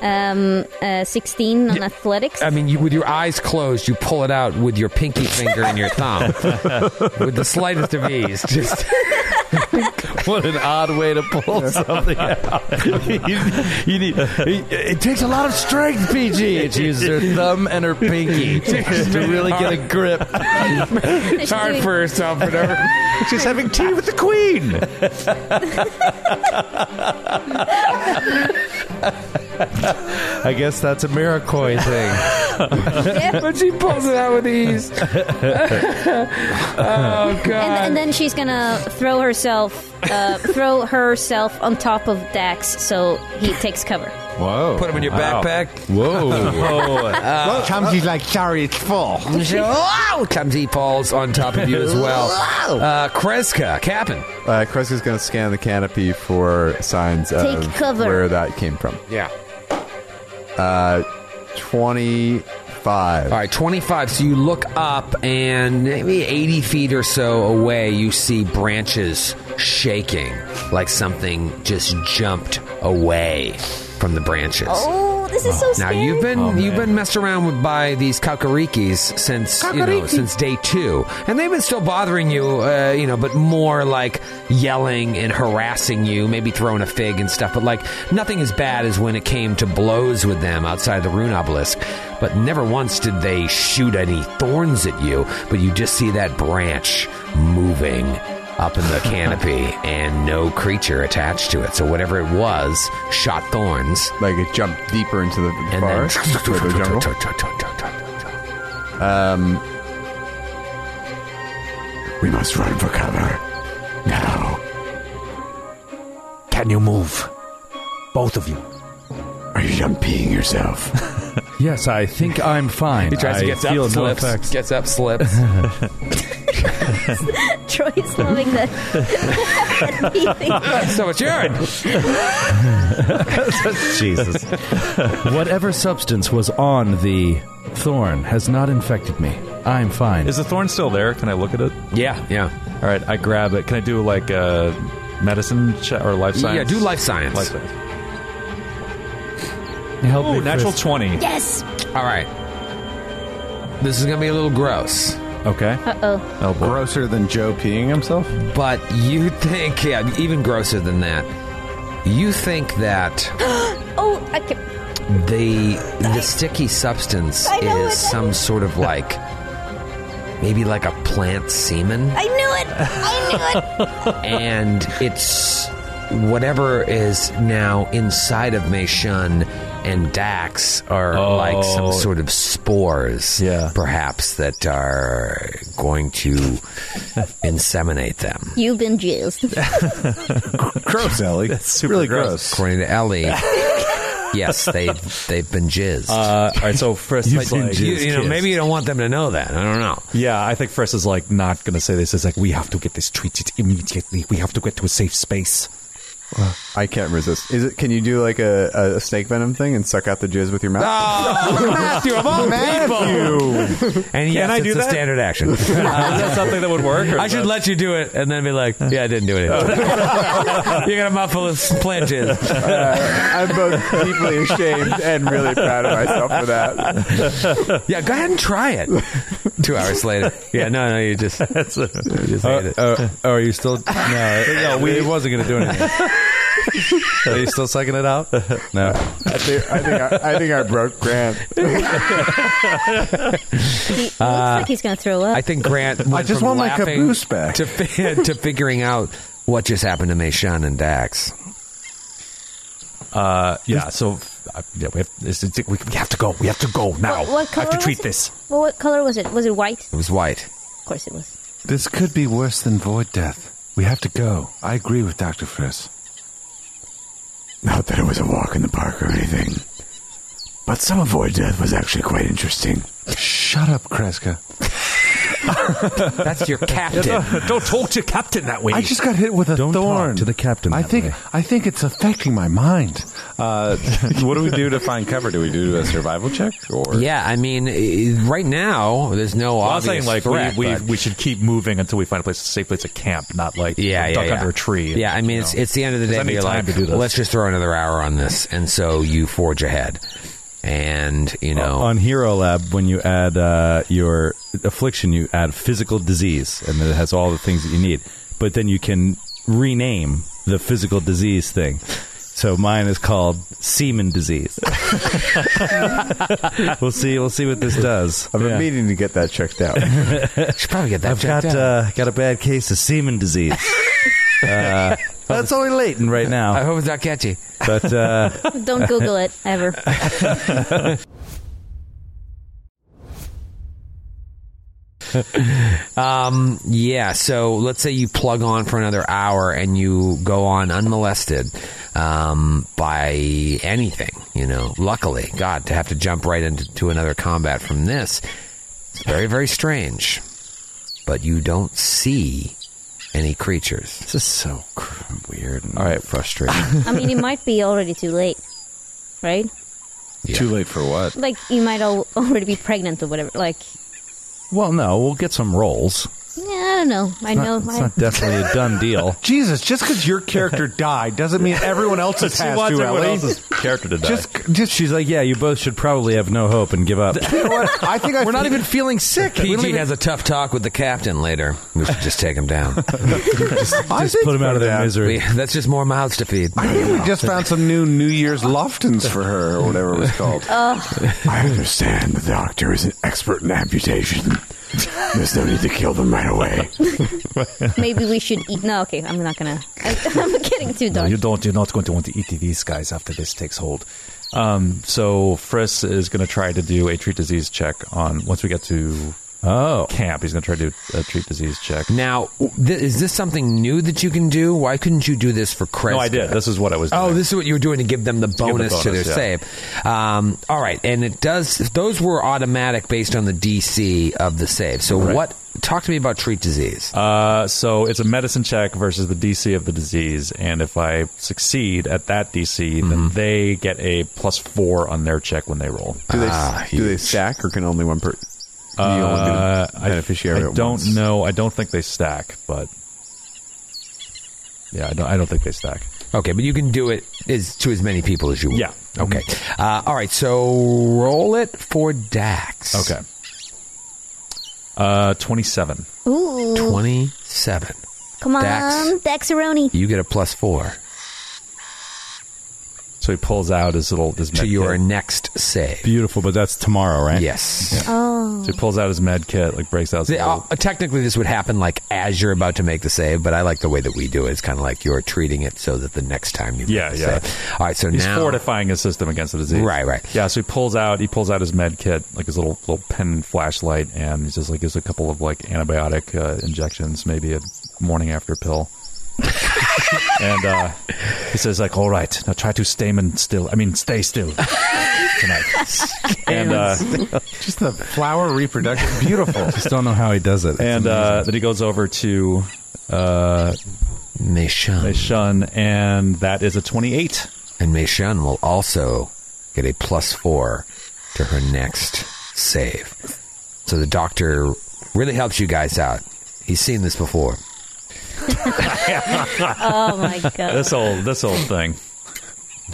Speaker 5: Um, uh, sixteen on athletics.
Speaker 2: I mean, you, with your eyes closed, you pull it out with your pinky finger and your thumb, with the slightest of ease. Just [laughs]
Speaker 7: What an odd way to pull something out. [laughs] you, you need, it, it takes a lot of strength, PG. And she uses her thumb and her [laughs] pinky to really get a grip.
Speaker 5: [laughs] it's
Speaker 2: hard for herself, whatever.
Speaker 6: She's having tea with the queen.
Speaker 7: I guess that's a Miroquois thing.
Speaker 2: [laughs] but she pulls it out with ease. [laughs] oh god!
Speaker 5: And, and then she's gonna throw herself, uh, throw herself on top of Dax, so he takes cover.
Speaker 8: Whoa.
Speaker 2: Put them in your backpack.
Speaker 7: Whoa.
Speaker 3: Sometimes he's like, sorry, it's full.
Speaker 2: Wow! Comes he falls on top of you as well. Uh, Kreska, Captain.
Speaker 4: Uh, Kreska's going to scan the canopy for signs
Speaker 5: Take
Speaker 4: of
Speaker 5: cover.
Speaker 4: where that came from.
Speaker 2: Yeah.
Speaker 4: 25.
Speaker 2: All right, 25. So you look up, and maybe 80 feet or so away, you see branches shaking like something just jumped away from the branches.
Speaker 5: Oh, this is so
Speaker 2: Now
Speaker 5: scary.
Speaker 2: you've been you've been messed around with by these kakarikis since you know since day two, and they've been still bothering you, uh, you know, but more like yelling and harassing you, maybe throwing a fig and stuff. But like nothing as bad as when it came to blows with them outside the rune obelisk. But never once did they shoot any thorns at you. But you just see that branch moving up in the canopy, and no creature attached to it. So whatever it was shot thorns
Speaker 4: Like it jumped deeper into the, the
Speaker 2: and [laughs]
Speaker 4: forest. or the
Speaker 2: then
Speaker 4: jungle. We must run for cover. Now.
Speaker 9: Can you move? Both of you.
Speaker 4: Are you done peeing yourself?
Speaker 7: [laughs] Yes, I think I'm fine.
Speaker 2: He tries to
Speaker 7: I
Speaker 2: get
Speaker 7: feel
Speaker 2: up,
Speaker 7: no
Speaker 2: slips, [laughs]
Speaker 7: effects.
Speaker 2: gets up,
Speaker 9: [laughs]
Speaker 2: slips.
Speaker 5: Troy's loving that. that
Speaker 2: Ah, so it's urine.
Speaker 7: Jesus. Whatever substance was on the thorn has not infected me. I'm fine.
Speaker 6: Is the thorn still there? Can I look at it?
Speaker 2: Yeah, yeah,
Speaker 6: All right, I grab it. Can I do like a medicine che- or life science?
Speaker 2: yeah. Do life science.
Speaker 6: Life science.
Speaker 7: Help
Speaker 6: Oh,
Speaker 7: me,
Speaker 6: natural
Speaker 7: Chris.
Speaker 6: twenty.
Speaker 5: yes.
Speaker 2: All right. This is gonna be a little gross,
Speaker 6: Okay.
Speaker 5: Uh oh.
Speaker 6: Oh boy.
Speaker 8: Grosser than Joe peeing himself?
Speaker 2: but you [laughs] think yeah, even grosser than that. You think that
Speaker 5: Oh, I can.
Speaker 2: the the sticky substance
Speaker 5: I know
Speaker 2: is
Speaker 5: it.
Speaker 2: some sort of like maybe like a plant semen.
Speaker 5: I knew it. I knew it.
Speaker 2: and it's whatever is now inside of Meishun and Dax are like some sort of spores,
Speaker 6: Oh. Yeah.
Speaker 2: perhaps that are going
Speaker 6: [laughs]
Speaker 2: to inseminate them.
Speaker 5: [laughs] You've been jailed.
Speaker 8: Gross, Ellie. That's
Speaker 6: super
Speaker 8: really
Speaker 6: gross.
Speaker 8: gross.
Speaker 2: According to
Speaker 6: [laughs]
Speaker 2: Ellie, yes, they they've been jizzed.
Speaker 6: Uh, all right, so [laughs] Frisk
Speaker 7: You
Speaker 6: is
Speaker 7: didn't
Speaker 6: like,
Speaker 7: do-
Speaker 2: you, you know,
Speaker 7: jizzed.
Speaker 2: maybe you don't want them to know that. I don't know.
Speaker 6: yeah, I think Frisk is like not going to say this. It's like we
Speaker 9: We have to get this treated immediately. We have to get to a safe space.
Speaker 4: I can't resist. Is it? Can you do like a, a snake venom thing and suck out the jizz with your mouth?
Speaker 2: Matthew, of all people. And yes,
Speaker 6: I do
Speaker 2: it's a
Speaker 6: that?
Speaker 2: standard action.
Speaker 6: [laughs] Is that something that would work? or
Speaker 2: I
Speaker 6: is
Speaker 2: should
Speaker 6: that-
Speaker 2: let you do it and then be
Speaker 6: [laughs]
Speaker 2: like, yeah, I didn't do anything. You're going to muffle his plant jizz.
Speaker 4: I'm both deeply ashamed and really proud of myself for that.
Speaker 2: Yeah, go ahead and try
Speaker 7: [laughs]
Speaker 2: it. Two hours later. Yeah, no, no, you just, you
Speaker 6: That's a-
Speaker 2: just ate it.
Speaker 7: Uh, oh, are
Speaker 2: [laughs]
Speaker 7: you still? No, no, we he wasn't going to do anything. Are you still sucking it out? No.
Speaker 4: I think I, think I, I, think I broke Grant.
Speaker 5: He looks like he's going to throw up.
Speaker 2: I think Grant went
Speaker 8: I just
Speaker 2: from
Speaker 8: want my
Speaker 2: laughing
Speaker 8: caboose back.
Speaker 2: To, fi- [laughs] to figuring out what just happened to Meishan and Dax.
Speaker 6: Uh, yeah.
Speaker 9: So, uh, yeah, we have, it's, it's, we we have to go. We have to go now.
Speaker 5: What- what color
Speaker 9: I have to
Speaker 5: was
Speaker 9: treat
Speaker 5: it?
Speaker 9: this.
Speaker 5: Well, what color was it? Was it white?
Speaker 2: It was white.
Speaker 5: Of course it was.
Speaker 8: This could be worse than void death. We have to go. I agree with Dr. Friss.
Speaker 10: Not that it was a walk in the park or anything. But some of Void Death was actually quite interesting.
Speaker 8: Shut up, Kreska.
Speaker 9: [laughs]
Speaker 2: That's your captain.
Speaker 9: Don't talk to Captain that way.
Speaker 8: I just got hit with a
Speaker 7: Don't talk
Speaker 8: thorn.
Speaker 7: to the captain
Speaker 8: I
Speaker 7: that
Speaker 8: think
Speaker 7: way.
Speaker 8: I think it's affecting my mind. Uh, what do we do to find cover? Do we do a survival check or
Speaker 2: Yeah, I mean, i- right now there's no
Speaker 6: Well, I was
Speaker 2: obvious
Speaker 6: saying like
Speaker 2: threat.
Speaker 6: we, we,
Speaker 2: but-
Speaker 6: we should keep moving until we find a place, a safe place to camp, not like
Speaker 2: yeah, yeah,
Speaker 6: duck
Speaker 2: yeah.
Speaker 6: under a tree.
Speaker 2: Yeah, I mean,
Speaker 6: you
Speaker 2: it's
Speaker 6: know.
Speaker 2: it's the end of the
Speaker 6: 'Cause
Speaker 2: day.
Speaker 6: I
Speaker 2: but
Speaker 6: need
Speaker 2: You're
Speaker 6: time
Speaker 2: like,
Speaker 6: to do this.
Speaker 2: let's just throw another hour on this, and so you forge ahead, and you know,
Speaker 7: On Hero Lab, when you add uh, your affliction, you add physical disease, and it has all the things that you need. But then you can rename the physical disease thing. So mine is called semen disease. [laughs] we'll see. We'll see what this does.
Speaker 4: I've been
Speaker 7: Yeah.
Speaker 4: meaning to get that checked out.
Speaker 2: should probably get that
Speaker 7: I've
Speaker 2: checked
Speaker 7: got
Speaker 2: out.
Speaker 7: uh, got a bad case of semen disease. uh, [laughs] that's only latent right
Speaker 2: I
Speaker 7: now,
Speaker 2: hope it's not catchy.
Speaker 7: but uh,
Speaker 5: Don't Google it ever.
Speaker 2: Um, yeah. So let's say you plug on for another hour and you go on unmolested um, by anything. You know, luckily, God, to have to jump right into to another combat from this, it's very very strange. But you don't see any creatures.
Speaker 7: this is so cr- weird. And all right, frustrating.
Speaker 5: I mean, it might be already too late, right?
Speaker 8: too late for what?
Speaker 5: Like you might al- already be pregnant or whatever. Like,
Speaker 7: well, no, we'll get some rolls.
Speaker 5: yeah, I don't know. I know.
Speaker 7: It's
Speaker 5: I-
Speaker 7: not [laughs] definitely a done deal.
Speaker 3: Jesus, just because your character died doesn't mean everyone
Speaker 7: [laughs]
Speaker 3: else's
Speaker 6: she
Speaker 3: has
Speaker 6: wants
Speaker 3: to,
Speaker 6: everyone
Speaker 3: Ellie.
Speaker 6: else's character to
Speaker 3: [laughs]
Speaker 6: die.
Speaker 3: Just, just
Speaker 7: She's like, yeah, you both should probably have no hope and give up.
Speaker 2: [laughs]
Speaker 3: you know what? I think I
Speaker 7: We're not
Speaker 3: feel-
Speaker 7: even feeling sick. We don't
Speaker 2: PG
Speaker 7: even-
Speaker 2: has a tough talk with the captain later. We should just take him
Speaker 7: [laughs]
Speaker 2: down.
Speaker 3: I
Speaker 7: just
Speaker 3: think-
Speaker 7: put them out of their
Speaker 3: Yeah.
Speaker 7: misery.
Speaker 2: We- that's just more mouths to feed.
Speaker 3: I think we just found some new New Year's loftons for her or whatever it was called.
Speaker 10: I understand the doctor is an expert in amputation. There's no need to kill them right away.
Speaker 5: maybe we should eat. No, okay, I'm not gonna. I, [laughs] I'm getting too
Speaker 9: No,
Speaker 5: dark.
Speaker 9: you don't. You're not going to want to eat these guys after this takes hold.
Speaker 6: um, so Friss is going to try to do a treat disease check on once we get to
Speaker 7: Oh,
Speaker 6: camp. He's going to try to do a treat disease check.
Speaker 2: Now, th- is this something new that you can do? Why couldn't you do this for Kreska?
Speaker 6: No, I did. This is what I was.
Speaker 2: Oh,
Speaker 6: doing.
Speaker 2: this is what you were doing to give them the
Speaker 6: give the
Speaker 2: bonus to their
Speaker 6: bonus, yeah.
Speaker 2: save. Um, all right, and it does. Those were automatic based on the DC of the save. So what? Talk to me about treat disease.
Speaker 6: Uh, so it's a medicine check versus the DC of the disease, and if I succeed at that DC, then they get a plus four on their check when they roll.
Speaker 4: Do they
Speaker 3: Ah,
Speaker 4: do they stack or can only one person?
Speaker 6: Uh, I-
Speaker 4: beneficiary.
Speaker 6: I,
Speaker 4: at
Speaker 6: don't
Speaker 4: once?
Speaker 6: know. I don't think they stack, but yeah, I don't. I don't think they stack.
Speaker 2: Okay, but you can do it as, to as many people as you want.
Speaker 6: Yeah.
Speaker 2: Okay. Uh, all right. So roll it for Dax.
Speaker 6: Okay. Uh, twenty-seven.
Speaker 5: Ooh,
Speaker 2: Twenty-seven.
Speaker 5: come on,
Speaker 2: Dax.
Speaker 5: Daxeroni.
Speaker 2: You get a plus four
Speaker 6: So he pulls out his little his med
Speaker 2: to your
Speaker 6: kit.
Speaker 2: next save.
Speaker 7: beautiful, but that's tomorrow, right?
Speaker 2: Yes.
Speaker 5: Oh,
Speaker 6: So he pulls out his med kit, like breaks out. His
Speaker 2: They- uh,
Speaker 6: little-
Speaker 2: technically, this would happen like as you're about to make the save, but I like the way that we do it. It's kind of like you're treating it so that the next time you
Speaker 6: Yeah,
Speaker 2: make the
Speaker 6: yeah.
Speaker 2: save. All right, so
Speaker 6: He's
Speaker 2: now
Speaker 6: fortifying his system against the disease.
Speaker 2: Right, right.
Speaker 6: Yeah, so he pulls out he pulls out his med kit, like his little little pen flashlight, and he just like gives a couple of like antibiotic uh, injections, maybe a morning after pill. [laughs] and uh,
Speaker 9: He says, like, all right, now try to stay and still. I mean, stay still
Speaker 2: [laughs]
Speaker 9: tonight.
Speaker 6: and uh,
Speaker 3: just the flower reproduction. Beautiful.
Speaker 7: Just don't know how he does it. It's
Speaker 6: and uh,
Speaker 7: amazing.
Speaker 6: then he goes over to uh,
Speaker 2: Meishan.
Speaker 6: Meishan, and that is a 28.
Speaker 2: And Meishan will also get a plus four to her next save. So the doctor really helps you guys out. He's seen this before.
Speaker 5: oh my god.
Speaker 6: This old this old thing.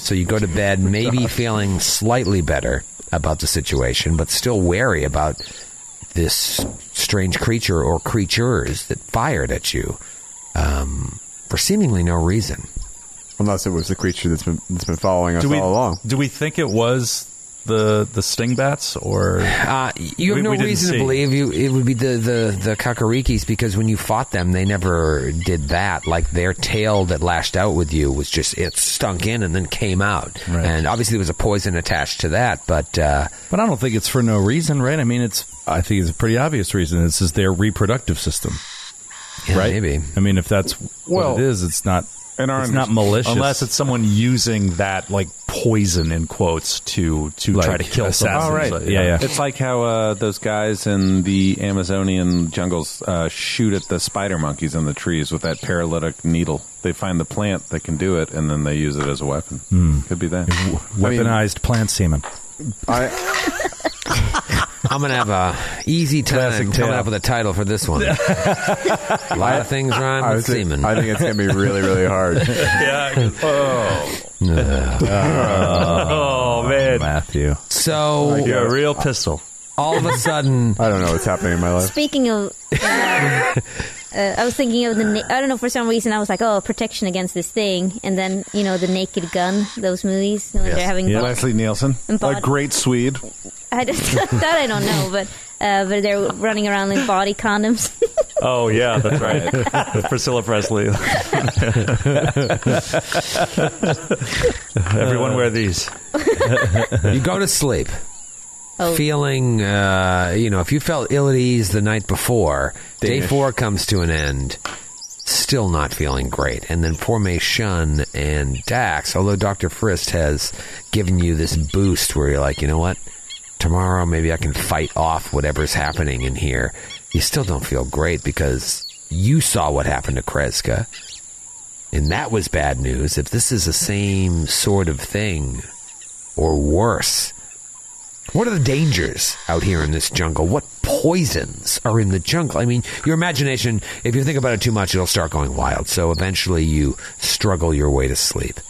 Speaker 2: So you go to bed maybe feeling slightly better about the situation, but still wary about this strange creature or creatures that fired at you um, for seemingly no reason.
Speaker 4: Unless it was the creature that's been that's been following us all
Speaker 6: [laughs]
Speaker 4: along.
Speaker 6: Do we think it was the the sting bats or
Speaker 2: uh, You have no reason to believe you. It would be the the the kakarikis because when you fought them, they never did that. Like their tail that lashed out with you was just it stunk in and then came out, and obviously there was a poison attached to that. But uh,
Speaker 7: But I don't think it's for no reason, right? I mean, it's I think it's a pretty obvious reason. This is their reproductive system, right? Maybe. I mean, if that's
Speaker 6: Well,
Speaker 7: what it is, it's not.
Speaker 6: And our
Speaker 7: it's not malicious
Speaker 6: unless it's someone using that like poison in quotes to to try to kill assassins.
Speaker 8: Oh, right.
Speaker 6: Like,
Speaker 8: It's like how uh, those guys in the Amazonian jungles uh, shoot at the spider monkeys in the trees with that paralytic needle. They find the plant that can do it, and then they use it as a weapon.
Speaker 7: Hmm.
Speaker 8: Could be that
Speaker 7: weaponized plant semen.
Speaker 4: I,
Speaker 2: I'm gonna have a easy time coming up with a title for this
Speaker 6: [laughs]
Speaker 2: one. a lot of things rhyme
Speaker 4: I
Speaker 2: with
Speaker 4: think-
Speaker 2: semen.
Speaker 4: I think it's gonna be really, really hard.
Speaker 6: yeah. Oh.
Speaker 4: Oh,
Speaker 6: man,
Speaker 7: Matthew.
Speaker 2: So
Speaker 6: You're a real pistol.
Speaker 2: All of a sudden,
Speaker 4: I don't know what's happening in my life.
Speaker 5: Speaking of, uh, uh, I was thinking of the. Na- I don't know for some reason I was like, oh, protection against this thing, and then you know the Naked Gun, those movies when they're having.
Speaker 8: Yeah.
Speaker 5: bo-
Speaker 8: Leslie Nielsen,
Speaker 5: And bod-
Speaker 8: a great Swede.
Speaker 5: I just [laughs] that I don't know, but uh, but they're running around in body condoms. [laughs]
Speaker 6: Oh yeah, that's right. Priscilla [laughs] Presley. Everyone wear these.
Speaker 2: [laughs] you go to sleep
Speaker 5: Oh,
Speaker 2: feeling uh, you know if you felt ill at ease the night before day
Speaker 11: Danish.
Speaker 2: four comes to an end still not feeling great and then formation and dax although dr frist has given you this boost where you're like you know what tomorrow maybe i can fight off whatever's happening in here you still don't feel great because you saw what happened to kreska and that was bad news if this is the same sort of thing or worse what are the dangers out here in this jungle? What poisons are in the jungle? I mean, your imagination, if you think about it too much, it'll start going wild. So eventually you struggle your way to sleep.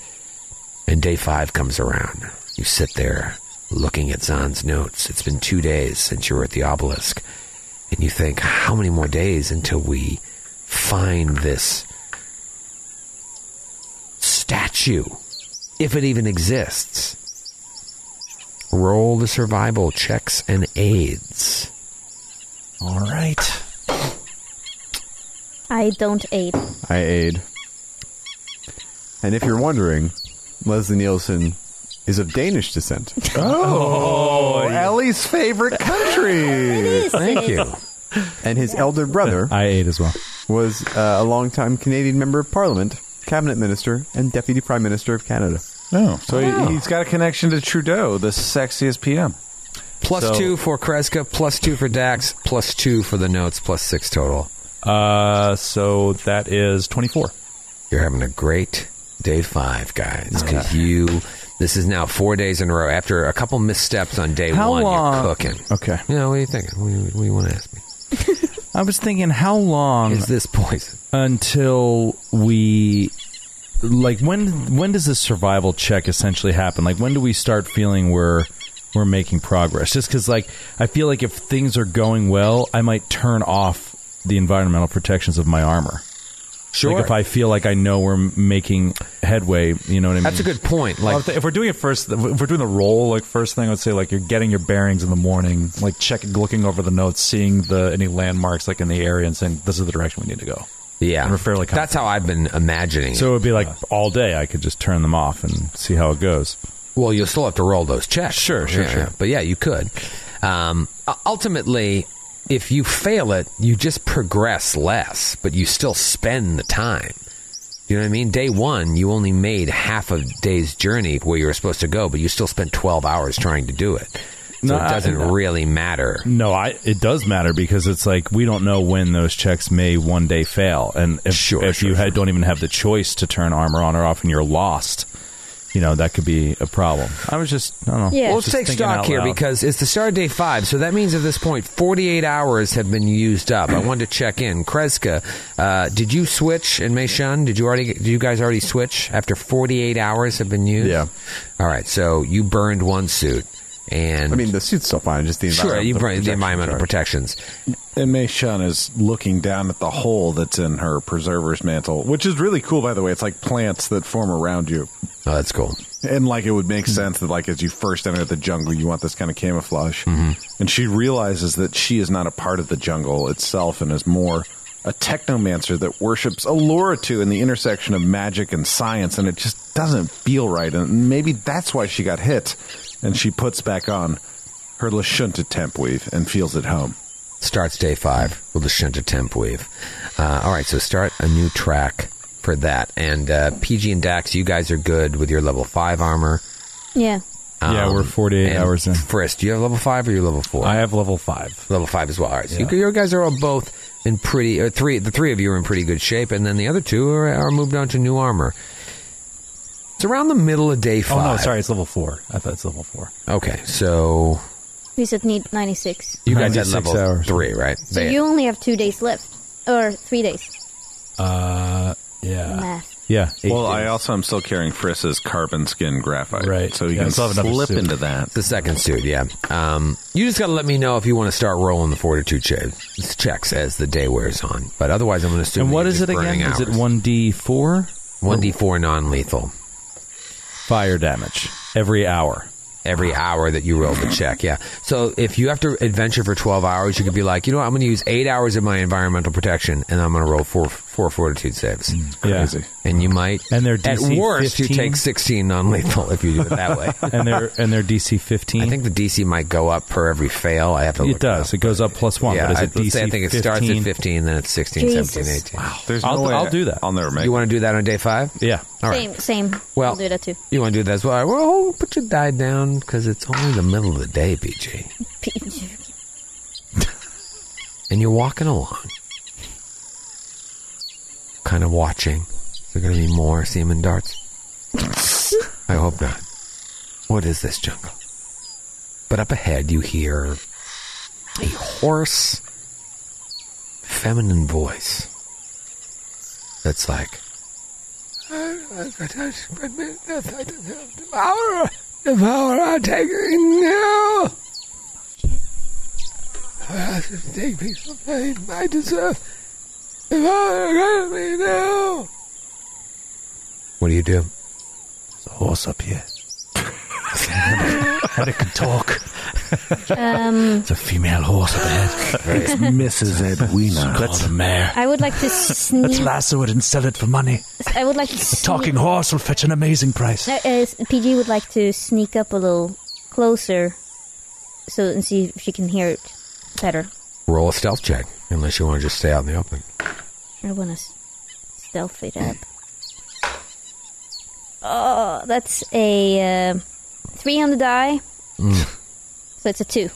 Speaker 2: And day five comes around. You sit there looking at Zahn's notes. It's been two days since you were at the obelisk. And you think, how many more days until we find this statue? If it even exists. Roll the survival checks and aids. All right.
Speaker 5: I don't aid.
Speaker 4: I aid. And if you're wondering, Leslie Nielsen is of Danish descent.
Speaker 3: Oh, Ellie's favorite country.
Speaker 4: Thank you. And his elder brother,
Speaker 7: I ate as well,
Speaker 4: was uh, a longtime Canadian member of Parliament, cabinet minister, and deputy prime minister of Canada.
Speaker 8: Oh, so
Speaker 4: Wow.
Speaker 8: He, he's got a connection to Trudeau, the sexiest PM.
Speaker 2: Plus
Speaker 8: So-
Speaker 2: two for Kreska, plus two for Dax, plus two for the notes, plus six total.
Speaker 6: Uh, so that is 24.
Speaker 2: You're having a great day five, guys, because you. This is now four days in a row. After a couple missteps on day
Speaker 7: How
Speaker 2: one,
Speaker 7: long-
Speaker 2: you're cooking.
Speaker 4: Okay.
Speaker 2: You know, what do you think? What do you, what do you want to ask me?
Speaker 7: I was thinking, how long
Speaker 2: is this poison
Speaker 7: until we like when when does this survival check essentially happen? Like when do we start feeling we're we're making progress? Just because like I feel like if things are going well, I might turn off the environmental protections of my armor.
Speaker 2: Sure.
Speaker 7: Like if I feel like I know we're making headway, you know what I mean.
Speaker 2: That's a good point.
Speaker 6: Well, if, the- if we're doing it first, if we're doing the roll, like first thing I would say, like you're getting your bearings in the morning, like checking, looking over the notes, seeing the Uh, any landmarks like in the area, and saying this is the direction we need to go.
Speaker 2: Yeah,
Speaker 6: and we're fairly. That's
Speaker 2: how I've been imagining.
Speaker 7: So it would be like all day. I could just turn them off and see how it goes.
Speaker 2: Well, you'll still have to roll those checks.
Speaker 7: Sure, sure,
Speaker 2: Yeah,
Speaker 7: sure.
Speaker 2: yeah. But yeah, you could. Um, u- ultimately, if you fail it, you just progress less, but you still spend the time. You know what I mean? Day one, you only made half a day's journey where you were supposed to go, but you still spent 12 hours trying to do it. So
Speaker 7: No,
Speaker 2: it
Speaker 7: I-
Speaker 2: doesn't
Speaker 7: no.
Speaker 2: really matter.
Speaker 7: No, I it does matter because it's like we don't know when those checks may one day fail, and if, if you had, don't even have the choice to turn armor on or off, and you're lost, you know that could be a problem. I was just, I don't know.
Speaker 2: Well, let's
Speaker 7: just
Speaker 2: take
Speaker 7: thinking
Speaker 2: stock
Speaker 7: out
Speaker 2: here
Speaker 7: loud.
Speaker 2: because it's the start of day five, so that means at this point, 48 hours have been used up. I wanted to check in. Kreska, uh, did you switch? And Meishun, did you already? Did you guys already switch after 48 hours have been used? Yeah. All right, so you burned one suit, and
Speaker 4: I mean, the suit's still fine. Just the
Speaker 2: sure, you burned
Speaker 4: environmental
Speaker 2: the
Speaker 4: protection
Speaker 2: environmental
Speaker 4: charge.
Speaker 2: protections.
Speaker 8: And Mei Shun is looking down at the hole that's in her preserver's mantle, which is really cool, by the way. It's like plants that form around you.
Speaker 2: Oh, that's cool.
Speaker 8: And like it would make
Speaker 2: Mm-hmm.
Speaker 8: sense that like as you first enter the jungle, you want this kind of camouflage.
Speaker 2: Mm-hmm.
Speaker 8: And she realizes that she is not a part of the jungle itself, and is more a technomancer that worships Allura to in the intersection of magic and science, and it just doesn't feel right. And maybe that's why she got hit. And she puts back on her Lashunta temp weave and feels at home.
Speaker 2: Starts day five. We'll just shunt a temp wave. Uh, all right, so start a new track for that. And uh, PG and Dax, you guys are good with your level five armor.
Speaker 5: Yeah.
Speaker 7: Yeah, we're 48
Speaker 2: Um, and
Speaker 7: hours in.
Speaker 2: Frisk, do you have level five or you're level four? I
Speaker 7: have level five.
Speaker 2: Level five as well. All right, so you, you guys are all both in pretty. Or three, the three of you are in pretty good shape, and then the other two are, are moved on to new armor. It's around the middle of day
Speaker 6: Oh
Speaker 2: five.
Speaker 6: no, sorry, it's level four. I thought it's level four.
Speaker 2: Okay, so
Speaker 5: We said need 96.
Speaker 2: you guys had
Speaker 6: 96
Speaker 2: level
Speaker 6: hours.
Speaker 2: three, right?
Speaker 5: So
Speaker 2: They-
Speaker 5: you only have two days left. Or three days.
Speaker 6: Uh, yeah.
Speaker 5: Math.
Speaker 7: Yeah.
Speaker 8: Well, I also am still carrying Friss's carbon skin graphite. Right. So you
Speaker 2: Yeah,
Speaker 8: can
Speaker 2: still have another
Speaker 8: slip
Speaker 2: suit.
Speaker 8: into that.
Speaker 2: The second suit, yeah. Um, you just got to let me know if you want to start rolling the fortitude checks, checks as the day wears on. But otherwise, I'm going to assume.
Speaker 7: And
Speaker 2: that
Speaker 7: what
Speaker 2: you're
Speaker 7: is it
Speaker 2: just burning
Speaker 7: again? Is it
Speaker 2: hours.
Speaker 7: one d four?
Speaker 2: 1d4 non lethal.
Speaker 7: Fire damage every hour.
Speaker 2: Every hour that you roll the check, yeah. So if you have to adventure for 12 hours, you could be like, you know what, I'm going to use eight hours of my environmental protection and I'm going to roll four, four fortitude saves.
Speaker 7: Crazy.
Speaker 2: And you might. And
Speaker 7: Mm. they're
Speaker 2: At
Speaker 7: DC
Speaker 2: worst, you
Speaker 7: 15?
Speaker 2: take 16 non lethal if you do it that
Speaker 7: [laughs]
Speaker 2: way.
Speaker 7: and
Speaker 2: [laughs]
Speaker 7: they're and they're DC fifteen. I
Speaker 2: think the DC might go up per every fail. I have to.
Speaker 7: It
Speaker 2: Look
Speaker 7: does. It, goes up plus one.
Speaker 2: Yeah,
Speaker 7: but is
Speaker 2: I,
Speaker 7: it
Speaker 2: let's
Speaker 7: DC
Speaker 2: say I think it starts at
Speaker 7: 15?
Speaker 2: 15, then it's 16,
Speaker 5: Jesus.
Speaker 2: 17, 18. Wow.
Speaker 8: There's
Speaker 7: no I'll- way I'll I- do
Speaker 8: that. I'll never make
Speaker 2: You want to do that on day five?
Speaker 7: Yeah.
Speaker 2: All right.
Speaker 5: same, same.
Speaker 2: Well-
Speaker 5: I'll do that too.
Speaker 2: You want to do that as well? All right, well, put your die down because it's only the middle of the day, BG. And you're walking along, kind of watching. Is there going to be more semen darts? I hope not. What is this jungle? But up ahead, you hear a hoarse, feminine voice that's like, Devour, devour our taking now. I should take peaceful pain I deserve. Devour, grant me now. What do you do?
Speaker 9: There's a
Speaker 2: Oh,
Speaker 9: horse up
Speaker 2: [laughs]
Speaker 7: [laughs]
Speaker 9: here. and it can talk.
Speaker 5: Um,
Speaker 9: It's a female horse up
Speaker 7: [laughs]
Speaker 9: ahead.
Speaker 5: It's
Speaker 9: Mrs. Edwina. That's a mare.
Speaker 5: I would like to
Speaker 9: Let's
Speaker 5: sneak.
Speaker 9: lasso it and sell it for money.
Speaker 5: I would like to
Speaker 9: The
Speaker 5: sneak.
Speaker 9: talking horse will fetch an amazing price.
Speaker 5: No, uh, PG would like to sneak up a little closer, so and see if she can hear it better.
Speaker 2: Roll a stealth check, unless you want to just stay out in the open.
Speaker 5: I want to stealth it up. Oh, that's a uh, three on the die, so it's a two.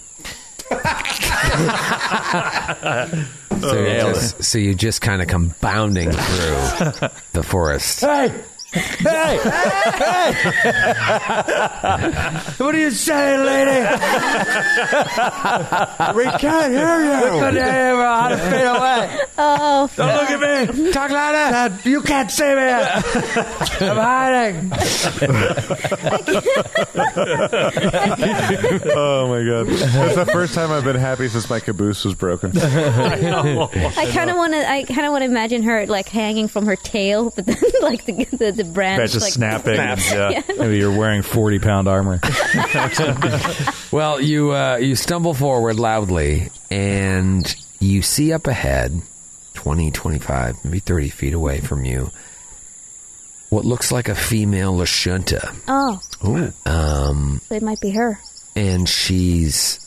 Speaker 2: So, you just, so you just kind of come bounding [laughs] through the forest.
Speaker 9: Hey! Hey! [laughs]
Speaker 7: what are you saying, lady?
Speaker 9: we can't hear you. We couldn't hear you. How to fade away.
Speaker 5: Oh,
Speaker 9: Don't look at me. Talk louder. you can't see me. I'm hiding.
Speaker 8: oh my god! That's the first time I've been happy since my caboose was broken.
Speaker 5: I kind of want to. I kind of want to imagine her like hanging from her tail, but then [laughs] like the the, the branch
Speaker 7: That's just
Speaker 5: like,
Speaker 7: snapping.
Speaker 5: Yeah.
Speaker 7: Maybe you're wearing forty pound armor.
Speaker 2: Well, you uh, you stumble forward loudly and you see up ahead, 20, 25, maybe 30 feet away from you, what looks like a female Lashunta.
Speaker 5: Oh,
Speaker 2: Um,
Speaker 5: so it might be her.
Speaker 2: and she's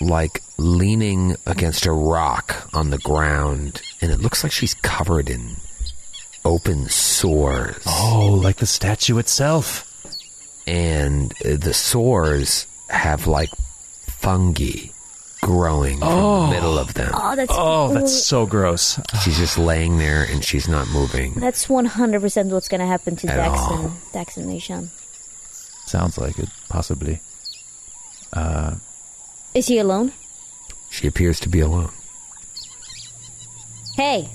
Speaker 2: like leaning against a rock on the ground, and it looks like she's covered in open sores.
Speaker 9: Oh, like the statue itself.
Speaker 2: and uh, the sores have like fungi growing from the middle of them.
Speaker 5: Oh, that's- Oh, that's
Speaker 2: so gross. She's just laying there and she's not moving.
Speaker 5: That's 100% what's going to happen to
Speaker 2: At
Speaker 5: Daxon, Daxon Nishan.
Speaker 6: Sounds like it, possibly.
Speaker 2: Uh,
Speaker 5: Is he alone?
Speaker 2: she appears to be alone.
Speaker 5: Hey,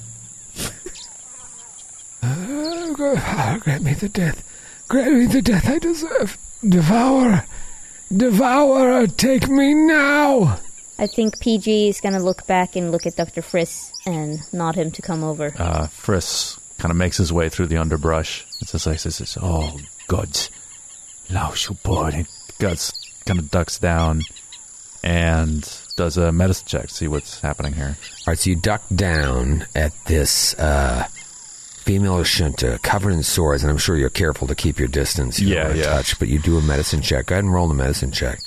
Speaker 11: Oh, ah, grant me the death. Grant me the death I deserve. Devourer. Devourer, take me now.
Speaker 5: I think PG is going to look back and look at Dr. Friss and nod him to come over.
Speaker 6: Uh, Friss kind of makes his way through the underbrush. It's just like this is oh gods, Laos, you boy. And he Guts kind of ducks down and does a medicine check. See what's happening here.
Speaker 2: All right, so you duck down at this uh, female Shunta covered in sores, and I'm sure you're careful to keep your distance. You
Speaker 6: Yeah,
Speaker 2: don't want to
Speaker 6: yeah.
Speaker 2: touch, but you do a medicine check. Go ahead and roll the medicine check.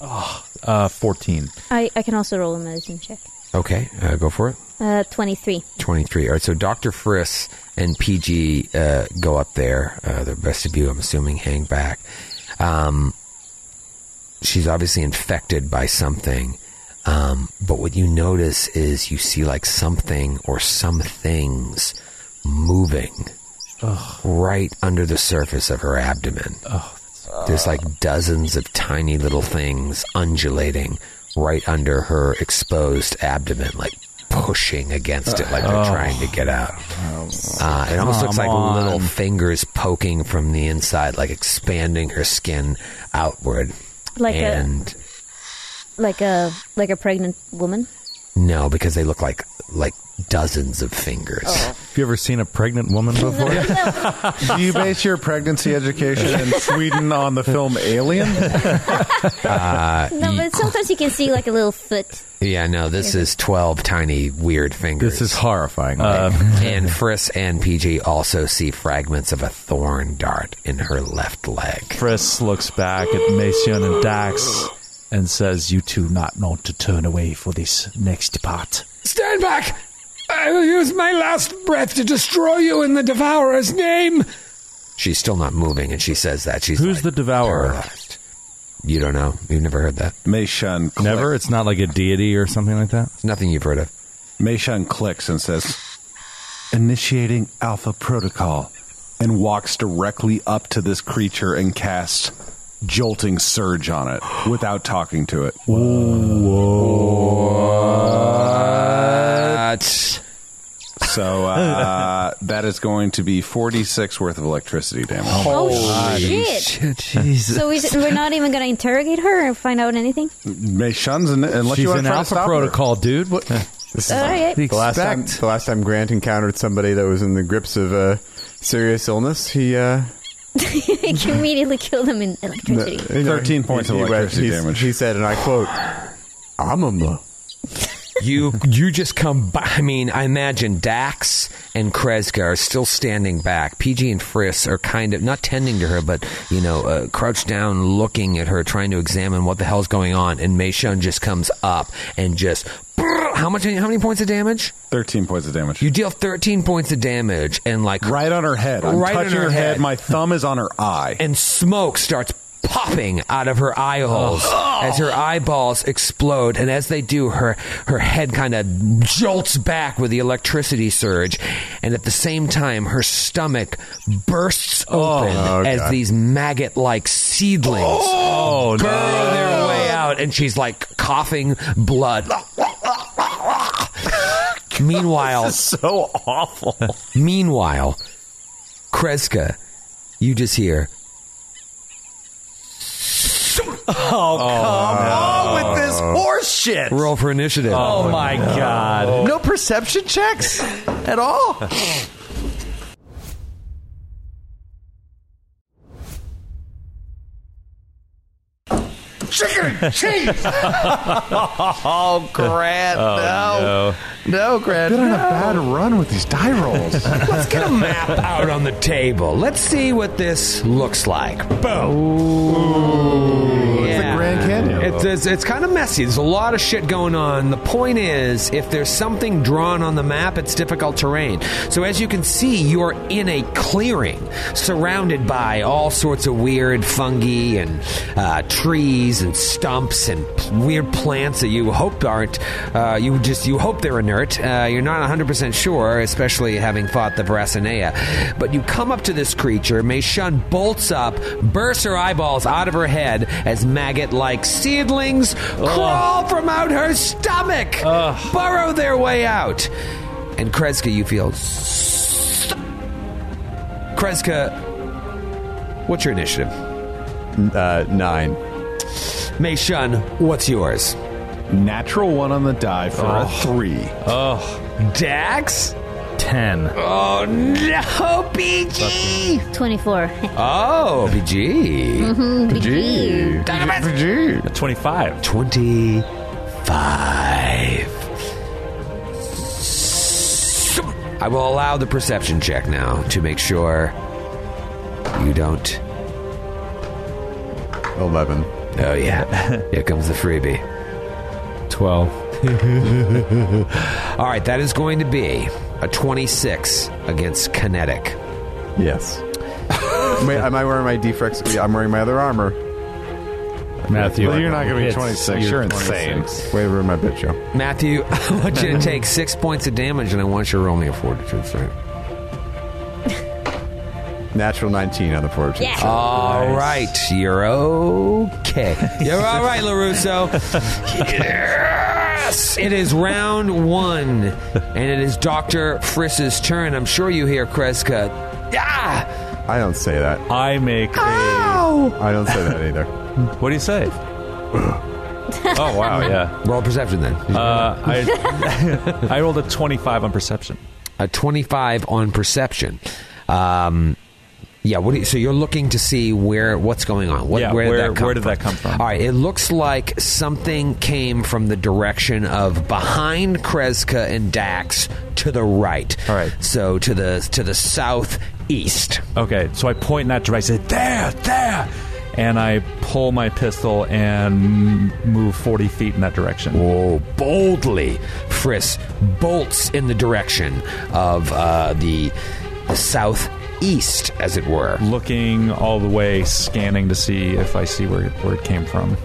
Speaker 6: Uh, 14.
Speaker 5: I, I can also roll a medicine check.
Speaker 2: Okay, uh, go for it.
Speaker 5: Uh, 23.
Speaker 2: 23. All right, so Dr. Friss and PG uh, go up there. Uh, the rest of you, I'm assuming, hang back. Um, she's obviously infected by something. Um, but what you notice is you see like something or some things moving right under the surface of her abdomen. There's like dozens of tiny little things undulating right under her exposed abdomen, like pushing against it, like they're
Speaker 12: Oh.
Speaker 2: trying to get out. Uh, it almost looks
Speaker 12: Come
Speaker 2: like
Speaker 12: on.
Speaker 2: little fingers poking from the inside, like expanding her skin outward.
Speaker 5: Like a-
Speaker 2: and
Speaker 5: Like a like a pregnant [laughs] woman.
Speaker 2: no, because they look like like dozens of fingers.
Speaker 5: Oh.
Speaker 7: Have you ever seen a pregnant woman before?
Speaker 3: Do you base your pregnancy education in Sweden on the film Alien?
Speaker 2: Uh,
Speaker 5: No, but sometimes you can see like a little foot.
Speaker 2: Yeah, no, this is 12 tiny weird fingers. This is
Speaker 3: Uh,
Speaker 7: horrifying.
Speaker 2: and Friss and PG also see fragments of a thorn dart in her left leg.
Speaker 6: [laughs] Friss looks back at Mason and Dax and says, You two not not to turn away for this next part.
Speaker 11: Stand back. I will use my last breath to destroy you in the devourer's name.
Speaker 2: She's still not moving, and she says that. She's Who's the devourer? You don't know. You've never heard that.
Speaker 8: Meishan clicks.
Speaker 7: Never? It's not like a deity or something like that?
Speaker 2: Nothing you've heard of.
Speaker 8: Meishan clicks and says, Initiating Alpha Protocol, and walks directly up to this creature and casts Jolting Surge on it without talking to it.
Speaker 2: What?
Speaker 8: So uh, that is going to be 46 worth of electricity damage.
Speaker 5: Oh, shit. So we, we're not even going to interrogate her or find out anything?
Speaker 8: Meishan's in, unless
Speaker 4: She's
Speaker 8: you want
Speaker 4: in
Speaker 8: to try to
Speaker 4: Alpha
Speaker 8: stop her.
Speaker 4: Protocol,
Speaker 7: dude. What?
Speaker 4: This
Speaker 5: All right.
Speaker 4: the last time.
Speaker 5: Expect.
Speaker 4: The last time Grant encountered somebody that was in the grips of uh, serious illness, he uh,
Speaker 5: [laughs] you can immediately kill them in electricity.
Speaker 4: you know,
Speaker 8: 13 points of
Speaker 4: he- he-
Speaker 8: electricity
Speaker 4: he's-
Speaker 8: damage.
Speaker 4: He said, and I quote, "Amamba."
Speaker 2: You you just come by. I mean, I imagine Dax and Kreska are still standing back. PG and Friss are kind of not tending to her, but you know, uh, crouched down, looking at her, trying to examine what the hell's going on. And Meishun just comes up and just how much? How many points of damage?
Speaker 8: Thirteen points of damage.
Speaker 2: You deal thirteen points of damage, and like
Speaker 8: right on her head. I'm touching her head. My thumb is on her eye,
Speaker 2: and smoke starts popping out of her eye holes
Speaker 7: Oh.
Speaker 2: as her eyeballs explode and as they do her her head kind of jolts back with the electricity surge and at the same time her stomach bursts open
Speaker 12: Oh,
Speaker 2: as
Speaker 12: God.
Speaker 2: these maggot-like seedlings
Speaker 7: Oh,
Speaker 2: burrow their way out and she's like coughing
Speaker 7: [laughs]
Speaker 2: blood meanwhile
Speaker 7: so awful
Speaker 2: meanwhile kreska you just hear
Speaker 12: Oh, come on with this horse shit.
Speaker 2: Roll for initiative.
Speaker 12: Oh, my God.
Speaker 7: No perception checks at all.
Speaker 12: Chicken cheese. oh, Grant,
Speaker 7: Oh,
Speaker 12: no, no, Grant.
Speaker 3: Been on a bad run with these die rolls.
Speaker 2: Let's get a map out on the table. Let's see what this looks like. Boom.
Speaker 8: [laughs]
Speaker 3: It's the Grand Canyon.
Speaker 2: it's, it's, it's kind of messy. There's a lot of shit going on. The point is, if there's something drawn on the map, it's difficult terrain. So as you can see, you are in a clearing surrounded by all sorts of weird fungi and uh, trees and stumps and p- weird plants that you hope aren't. Uh, you just you hope they're inert. Uh, you're not 100% sure, especially having fought the Brassineia. But you come up to this creature. Meishun bolts up, bursts her eyeballs out of her head as maggot like seedlings crawl from out her stomach, burrow their way out. And Kreska, you feel. Kreska, what's your initiative?
Speaker 4: Uh, nine.
Speaker 2: Meishun, what's yours?
Speaker 8: Natural one on the die for a
Speaker 2: Oh.
Speaker 8: three.
Speaker 2: Oh. Dax?
Speaker 7: 10.
Speaker 2: Oh, no, PG!
Speaker 5: 24.
Speaker 2: Oh, PG.
Speaker 5: Mhm, PG.
Speaker 2: PG.
Speaker 6: 25.
Speaker 2: 25. I will allow the perception check now to make sure you don't.
Speaker 4: 11.
Speaker 2: Oh, yeah. Here comes the freebie.
Speaker 7: 12.
Speaker 2: All right, that is going to be a 26 against kinetic.
Speaker 4: Yes. Wait, am I wearing my defrex? yeah, I'm wearing my other armor.
Speaker 7: Matthew.
Speaker 8: Well, you're not gonna be It's- 26, you're you're insane.
Speaker 4: Way to ruin my bit, Joe.
Speaker 2: Matthew, [laughs] I want you to take six points of damage, and I want you to roll me a fortitude save.
Speaker 4: Natural 19 on the fortune.
Speaker 2: All right, you're okay. [laughs] You're all right, Larusso. yes, it is round one, and it is Doctor Friss's turn. I'm sure you hear Kreska. Ah!
Speaker 4: I don't say that.
Speaker 6: I make a.
Speaker 4: I don't say that either.
Speaker 6: what do you say? oh wow, yeah.
Speaker 2: Roll perception then.
Speaker 6: Uh, I [laughs] I rolled a twenty-five on perception.
Speaker 2: A 25 Uh, on perception. Um, yeah. What do you, so you're looking to see where what's going on? What,
Speaker 6: Yeah,
Speaker 2: where,
Speaker 6: where-
Speaker 2: did that come
Speaker 6: where did
Speaker 2: from?
Speaker 6: that come from?
Speaker 2: All right. It looks like something came from the direction of behind Kreska and Dax to the right. All right. So to the to the southeast.
Speaker 6: Okay, so I point in that direction. I say, there, there, and I pull my pistol and m- move forty feet in that direction.
Speaker 2: Whoa! Oh, Boldly, Friss bolts in the direction of uh, the the southeast, as it were.
Speaker 6: Looking all the way, scanning to see if I see where where it came from.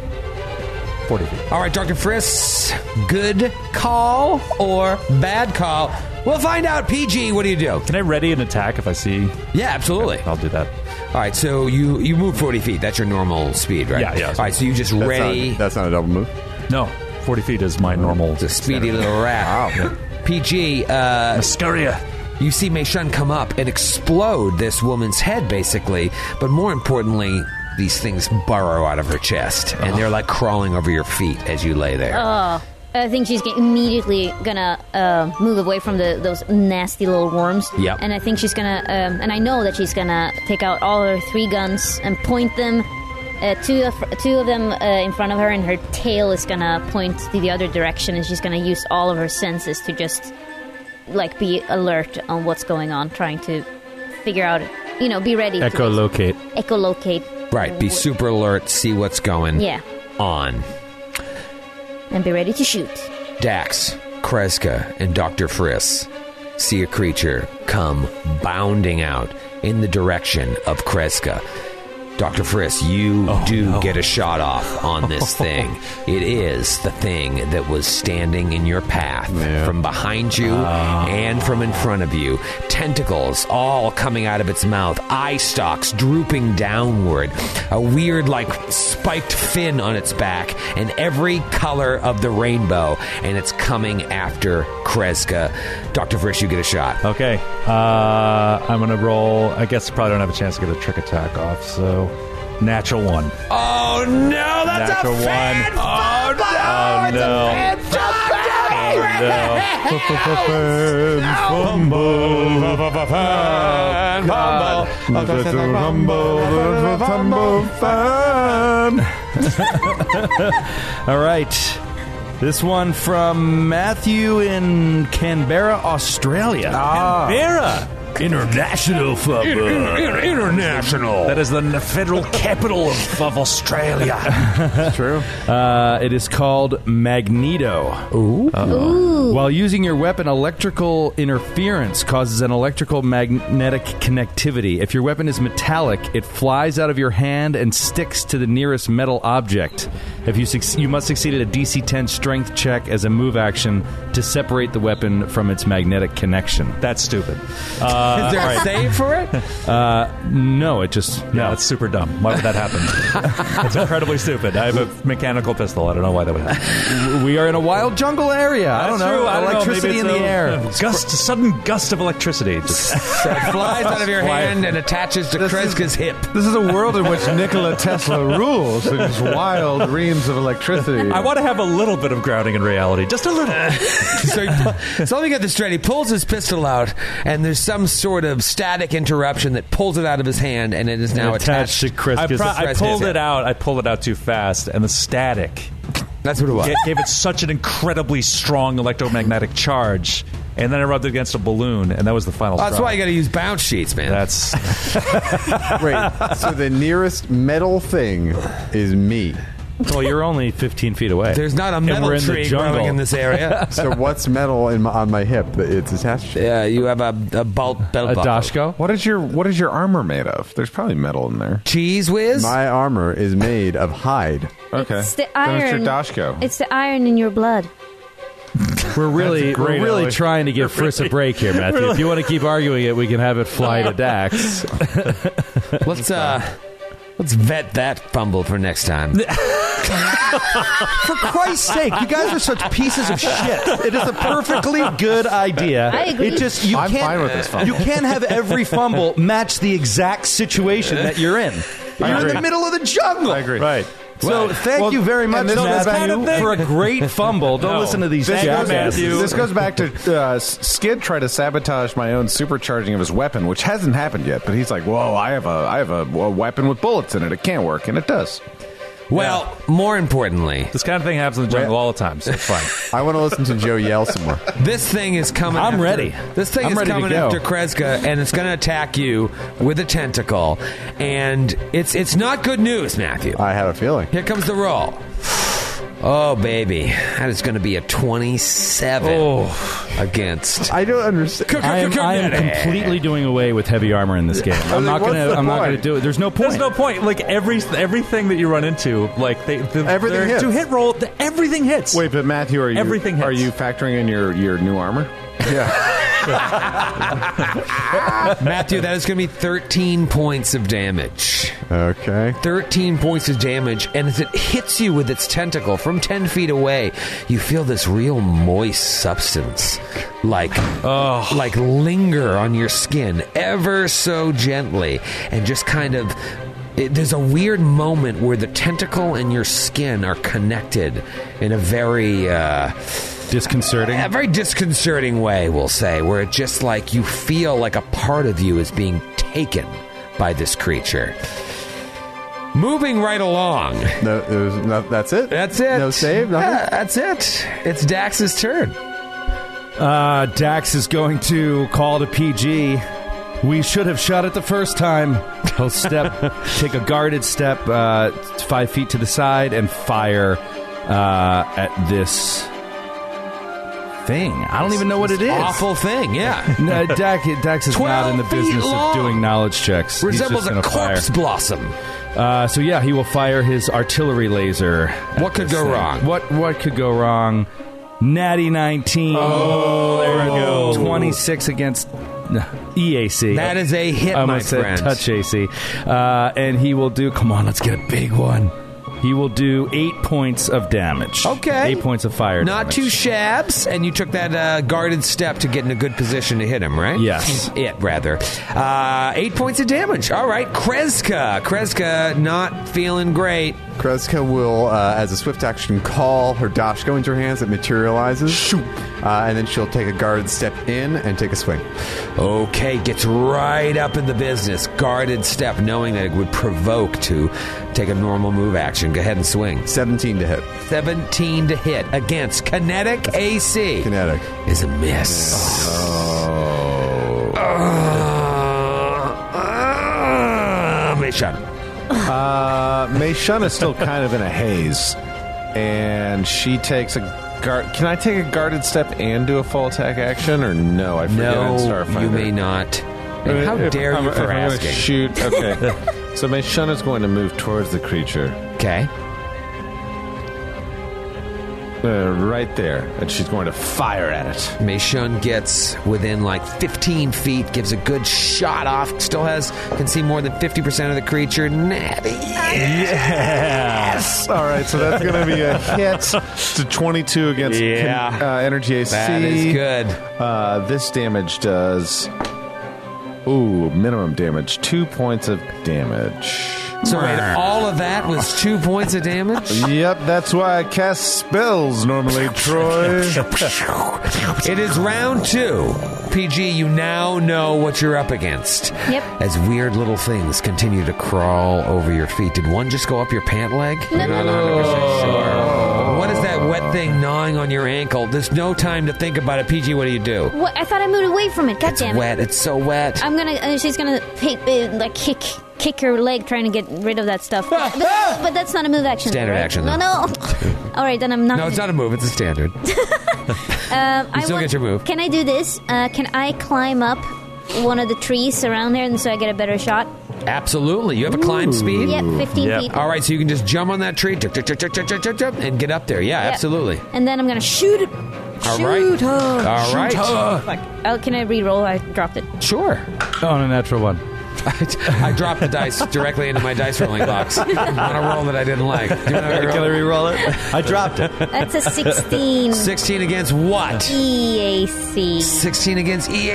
Speaker 6: Forty feet.
Speaker 2: All right, Dr. Friss, good call or bad call? We'll find out. PG, what do you do?
Speaker 6: Can I ready an attack if I see?
Speaker 2: Yeah, absolutely.
Speaker 6: I'll do that.
Speaker 2: All right, so you you move 40 feet. That's your normal speed, right?
Speaker 6: Yeah, yeah.
Speaker 2: All right, so you just
Speaker 6: That's
Speaker 2: ready.
Speaker 6: not-
Speaker 4: that's not a double move?
Speaker 6: No, forty feet is my normal.
Speaker 2: It's a speedy little rat. PG, uh.
Speaker 6: Muscaria.
Speaker 2: You see Meishun come up and explode this woman's head, basically, but more importantly, these things burrow out of her chest, and they're like crawling over your feet as you lay there.
Speaker 5: Oh, I think she's get- immediately gonna uh, move away from the, those nasty little worms.
Speaker 2: Yep.
Speaker 5: And I think she's gonna, um, and I know that she's gonna take out all her three guns and point them. Uh, two of two of them uh, in front of her, and her tail is gonna point to the other direction, and she's gonna use all of her senses to just like be alert on what's going on, trying to figure out, you know, be ready. To
Speaker 7: Echolocate.
Speaker 5: echolocate.
Speaker 2: Right, be super alert, see what's going
Speaker 5: Yeah.
Speaker 2: on.
Speaker 5: and be ready to shoot.
Speaker 2: Dax, Kreska, and Dr. Friss see a creature come bounding out in the direction of Kreska. Dr. Friss, you do get a shot off [laughs] on this thing. it is the thing that was standing in your path from behind you and from in front of you. Tentacles all coming out of its mouth, eye stalks drooping downward, a weird, like, spiked fin on its back, and every color of the rainbow. And it's coming after Kreska. Dr. Friss, you get a shot.
Speaker 6: Okay. Uh, I'm gonna roll. I guess I probably don't have a chance to get a trick attack off. So, natural one.
Speaker 2: Oh no, that's
Speaker 6: natural one.
Speaker 2: Oh no,
Speaker 6: oh, no. Oh,
Speaker 7: All right. This one from Matthew in Canberra, Australia.
Speaker 12: Ah.
Speaker 7: Canberra.
Speaker 11: International football. international.
Speaker 9: That is the n- federal capital of, of
Speaker 6: [laughs]
Speaker 9: Australia.
Speaker 7: That's true. Uh, it is called Magneto.
Speaker 5: Ooh.
Speaker 7: While using your weapon, electrical interference causes an electrical magnetic connectivity. If your weapon is metallic, it flies out of your hand and sticks to the nearest metal object. If you suc you must succeed at a DC 10 strength check as a move action to separate the weapon from its magnetic connection. That's stupid. Uh,
Speaker 2: is there
Speaker 7: all
Speaker 2: a
Speaker 7: right.
Speaker 2: save for it?
Speaker 7: Uh, no, it just no. That's super dumb. Why would
Speaker 2: [laughs]
Speaker 7: that happen?
Speaker 6: That's incredibly stupid. I have a mechanical pistol. I don't know why that
Speaker 2: [laughs]
Speaker 6: would happen.
Speaker 7: we are in a wild jungle area. I don't
Speaker 6: That's
Speaker 7: know.
Speaker 6: true. I don't know.
Speaker 7: Electricity
Speaker 6: Maybe
Speaker 7: in
Speaker 6: it's
Speaker 7: the
Speaker 6: a- [laughs]
Speaker 7: air.
Speaker 6: a Gust, sudden gust of electricity.
Speaker 2: It flies out of your hand and attaches to Kreska's [laughs] hip.
Speaker 3: This is a world in which Nikola Tesla rules in his wild dreams of electricity.
Speaker 6: [laughs] I want to have a little bit of grounding in reality, just a [laughs] little.
Speaker 2: so, he, pu- so let me get this straight. He pulls his pistol out, and there's some sort of static interruption that pulls it out of his hand, and it is now attached,
Speaker 6: I, pro- I pulled it out. I pulled it out too fast, and the static.
Speaker 2: That's what it was.
Speaker 6: It gave it such an incredibly strong electromagnetic charge, and then it rubbed against a balloon, and that was the final.
Speaker 2: That's
Speaker 6: straw.
Speaker 2: why you got to use bounce sheets, man. [laughs]
Speaker 6: That's
Speaker 4: Wait, so the nearest metal thing is me.
Speaker 7: Well, you're only 15 feet away.
Speaker 2: There's not a
Speaker 4: And
Speaker 2: metal
Speaker 4: we're in the
Speaker 2: tree
Speaker 4: jungle.
Speaker 2: growing in this area.
Speaker 4: so what's metal in my, on my hip that it's attached to?
Speaker 2: Yeah, you have a, a belt belt
Speaker 8: What is your What is your armor made of? There's probably metal in there.
Speaker 2: Cheese whiz.
Speaker 4: My armor is made of hide.
Speaker 8: Okay.
Speaker 5: It's the iron.
Speaker 8: Then it's your Dashko.
Speaker 5: It's the iron in your blood.
Speaker 7: We're really,
Speaker 8: That's a
Speaker 7: we're
Speaker 8: great
Speaker 7: really
Speaker 8: alley.
Speaker 7: trying to give Friss a break [laughs] here, Matthew. If you want to keep arguing it, we can have it fly to Dax.
Speaker 2: let's uh, let's vet that fumble for next time.
Speaker 7: [laughs] For Christ's sake, you guys are such pieces of shit. It is a perfectly good idea.
Speaker 5: I agree.
Speaker 7: It just you
Speaker 8: I'm
Speaker 7: can't
Speaker 8: fine with this fumble.
Speaker 7: you can't have every fumble match the exact situation that you're in. You're
Speaker 8: I
Speaker 7: in the
Speaker 8: agree.
Speaker 7: middle of the jungle.
Speaker 8: I agree.
Speaker 7: Right. So
Speaker 8: Right.
Speaker 7: thank
Speaker 8: Well,
Speaker 7: you very
Speaker 8: and
Speaker 7: much,
Speaker 8: this goes
Speaker 7: Matthew,
Speaker 8: back to-
Speaker 7: for a great fumble.
Speaker 6: [laughs]
Speaker 7: Don't
Speaker 6: No.
Speaker 7: listen to these
Speaker 8: This goes,
Speaker 7: jackasses.
Speaker 8: this goes back to uh, S- Skid tried to sabotage my own supercharging of his weapon, which hasn't happened yet. But he's like, "Whoa, I have a I have a, a weapon with bullets in it. It can't work, and it does."
Speaker 2: Well, more importantly,
Speaker 6: this kind of thing happens in the jungle all the time, so it's fine.
Speaker 4: I want to listen to Joe yell some more.
Speaker 2: This thing is coming.
Speaker 7: I'm
Speaker 2: after-
Speaker 7: ready.
Speaker 2: This thing
Speaker 7: I'm
Speaker 2: is
Speaker 7: ready to
Speaker 2: coming
Speaker 7: go.
Speaker 2: after Kreska, and it's going to attack you with a tentacle. And it's it's not good news, Matthew.
Speaker 4: I had a feeling.
Speaker 2: Here comes the roll. Oh baby, that is going to be a twenty-seven against.
Speaker 4: I don't understand.
Speaker 7: Oh. [laughs] I am, I am completely doing away with heavy armor in this game.
Speaker 6: [laughs]
Speaker 7: I'm not
Speaker 4: what's
Speaker 7: gonna.
Speaker 4: the
Speaker 7: I'm not
Speaker 4: point?
Speaker 7: gonna do it. There's no point.
Speaker 6: There's no point. Like every everything that you run into, like they the,
Speaker 4: Everything
Speaker 6: they're-
Speaker 4: hits.
Speaker 6: to hit roll, the, everything hits.
Speaker 8: Wait, but Matthew, are you
Speaker 6: Everything hits.
Speaker 8: are you factoring in your your new armor?
Speaker 2: Matthew, that is going to be thirteen points of damage.
Speaker 4: Okay.
Speaker 2: 13 points of damage, and as it hits you with its tentacle from 10 feet away, you feel this real moist substance like like linger on your skin ever so gently and just kind of it, there's a weird moment where the tentacle and your skin are connected in a very uh,
Speaker 7: Disconcerting.
Speaker 2: a very disconcerting way, we'll say, where it just like you feel like a part of you is being taken by this creature. Moving right along.
Speaker 4: No, there's no, that's it.
Speaker 2: That's it.
Speaker 4: No save. Nothing.
Speaker 2: Yeah, that's it. It's Dax's turn.
Speaker 7: Uh, Dax is going to call to PG. We should have shot it the first time.
Speaker 2: [laughs]
Speaker 7: He'll step, take a guarded step uh, five feet to the side and fire uh, at this thing. I don't even know what it is.
Speaker 2: Awful thing, yeah.
Speaker 7: No, Dax, Dax is not in the
Speaker 2: 12 feet
Speaker 7: business
Speaker 2: long.
Speaker 7: of doing knowledge checks. He's
Speaker 2: Resembles
Speaker 7: just
Speaker 2: a
Speaker 7: gonna fire.
Speaker 2: corpse blossom.
Speaker 7: Uh, so yeah, he will fire his artillery laser. at
Speaker 2: What could
Speaker 7: this
Speaker 2: go
Speaker 7: thing.
Speaker 2: wrong?
Speaker 7: What what could go wrong? Natty nineteen. Oh, there we go. Twenty six against uh, E no, EAC.
Speaker 2: That is a hit,
Speaker 7: I
Speaker 2: my
Speaker 7: almost said
Speaker 2: friend.
Speaker 7: touch AC. Uh, and he will do. Come on, let's get a big one. He will do eight points of damage.
Speaker 2: Okay.
Speaker 7: eight points of fire.
Speaker 2: Not
Speaker 7: damage.
Speaker 2: two shabs, and you took that uh, guarded step to get in a good position to hit him, right?
Speaker 7: Yes.
Speaker 2: [laughs] It, rather. Uh, eight points of damage. All right, Kreska. Kreska not feeling great.
Speaker 4: Kreska will, uh, as a swift action, call her dashko into her hands. It materializes. Shoot. Uh, and then she'll take a guarded step in and take a swing.
Speaker 2: Okay, gets right up in the business. Guarded step, knowing that it would provoke to take a normal move action. Go ahead and swing.
Speaker 4: 17 to hit.
Speaker 2: 17 to hit against kinetic AC
Speaker 4: Kinetic.
Speaker 2: is a miss.
Speaker 4: Oh.
Speaker 2: Oh. Ah, Meishun?
Speaker 8: Uh, Meishun is still kind of in a haze, and she takes a guard. Can I take a guarded step and do a full attack action, or no? I forget
Speaker 2: No,
Speaker 8: in Starfinder.
Speaker 2: you may not. And how dare you for
Speaker 8: gonna
Speaker 2: asking.
Speaker 8: Shoot. Okay. so Meishun is going to move towards the creature.
Speaker 2: Okay.
Speaker 8: Uh, right there, and she's going to fire at it.
Speaker 2: Meishun gets within like 15 feet, gives a good shot off, still has, can see more than 50% of the creature. Nah,
Speaker 8: Yes. All right, so that's going to be [laughs] a hit to 22 against
Speaker 2: Yeah.
Speaker 8: con- uh, energy AC.
Speaker 2: That is good.
Speaker 8: Uh, this damage does. Ooh, minimum damage. Two points of damage.
Speaker 2: So wait, all of that was two points of damage?
Speaker 8: Yep, that's why I cast spells normally, Troy.
Speaker 2: It is round two. PG, you now know what you're up against.
Speaker 5: Yep.
Speaker 2: As weird little things continue to crawl over your feet. Did one just go up your pant leg? You're not 100% sure. What is that wet thing gnawing on your ankle? There's no time to think about it. PG, what do you do?
Speaker 5: What? I thought I moved away from it. God damn it.
Speaker 2: Wet. It's so wet.
Speaker 5: I'm gonna. Uh, she's gonna pick, uh, like kick, kick her leg, trying to get rid of
Speaker 2: [laughs]
Speaker 5: that stuff. but, but that's not a move action.
Speaker 2: Standard
Speaker 5: right?
Speaker 2: action,
Speaker 5: No,
Speaker 2: then.
Speaker 5: no.
Speaker 2: [laughs]
Speaker 5: All right, then I'm not.
Speaker 2: No, it's not a move. It's a
Speaker 5: [laughs]
Speaker 2: standard.
Speaker 5: Um,
Speaker 2: You
Speaker 5: I
Speaker 2: still
Speaker 5: want-
Speaker 2: get your move.
Speaker 5: Can I do this? Uh, can I climb up one of the trees around there, and so I get a better shot?
Speaker 2: Absolutely. You have a climb speed?
Speaker 5: Yep, 15 Yep. feet.
Speaker 2: All right, so you can just jump on that tree tuk, tuk, tuk, tuk, tuk, tuk, tuk, tuk, and get up there. Yeah,
Speaker 5: Yep.
Speaker 2: absolutely. Uh,
Speaker 5: And then I'm gonna shoot. it. [gasps]
Speaker 2: All
Speaker 5: shoot
Speaker 2: right.
Speaker 5: Her.
Speaker 2: All
Speaker 5: Shoot
Speaker 2: right.
Speaker 5: her. Fuck. Oh, can I re-roll? I dropped it.
Speaker 2: Sure.
Speaker 7: Oh, On a natural one.
Speaker 2: [laughs] I dropped the dice directly into my dice rolling box on a roll that I didn't like. Do you want
Speaker 12: Can I
Speaker 2: re-roll it?
Speaker 7: [laughs]
Speaker 2: I dropped it.
Speaker 5: That's
Speaker 2: [laughs]
Speaker 5: a 16.
Speaker 2: 16 against what?
Speaker 5: E EAC.
Speaker 2: 16 against E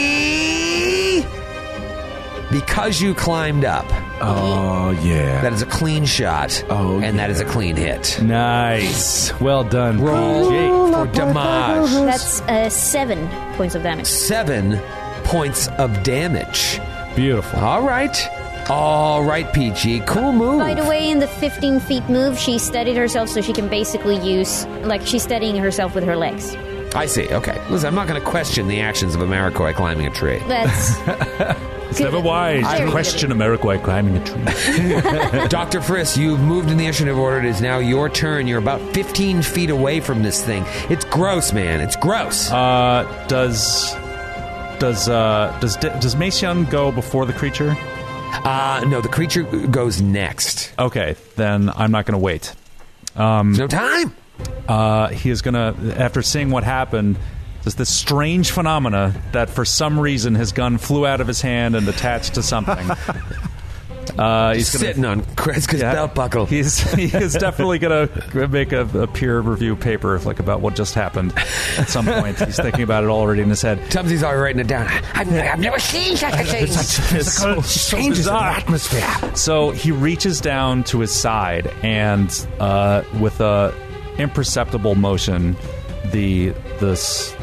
Speaker 2: EAC. Because you climbed up.
Speaker 7: Oh yeah.
Speaker 2: That is a clean shot. Oh, and that is a clean hit.
Speaker 7: [laughs] Nice. Well done.
Speaker 2: Roll
Speaker 7: PG.
Speaker 2: for damage.
Speaker 5: That's uh, seven points of damage.
Speaker 2: seven points of damage. Beautiful. All right. All right, PG. Cool move.
Speaker 5: By the way, in the 15 feet move, she steadied herself so she can basically use, like, she's steadying herself with her legs.
Speaker 2: I see. Okay. Listen, I'm not going to question the actions of AmeriCorps climbing a tree.
Speaker 5: That's.
Speaker 6: [laughs] It's never wise
Speaker 2: I-
Speaker 6: to question America while climbing a tree.
Speaker 2: [laughs]
Speaker 7: [laughs]
Speaker 2: Dr. Friss, you've moved in the initiative order. It is now your turn. You're about 15 feet away from this thing. It's gross, man. It's gross.
Speaker 6: Uh, does does uh does De- does Macian go before the creature?
Speaker 2: Uh, no, the creature goes next.
Speaker 6: Okay, then I'm not going to wait. Um,
Speaker 2: no time.
Speaker 6: Uh, he is going to after seeing what happened. There's this strange phenomena that for some reason his gun flew out of his hand and attached
Speaker 2: [laughs]
Speaker 6: to something. Uh, he's gonna,
Speaker 2: sitting on Kreska's belt buckle.
Speaker 6: He's he is definitely going to make a, a peer review paper like about what just happened at some point. He's thinking about it already in his head.
Speaker 2: Tumsy's already writing it down. I've, I've never seen such a thing.
Speaker 6: It's so- so bizarre. So he reaches down to his side and, uh, with a imperceptible motion, the this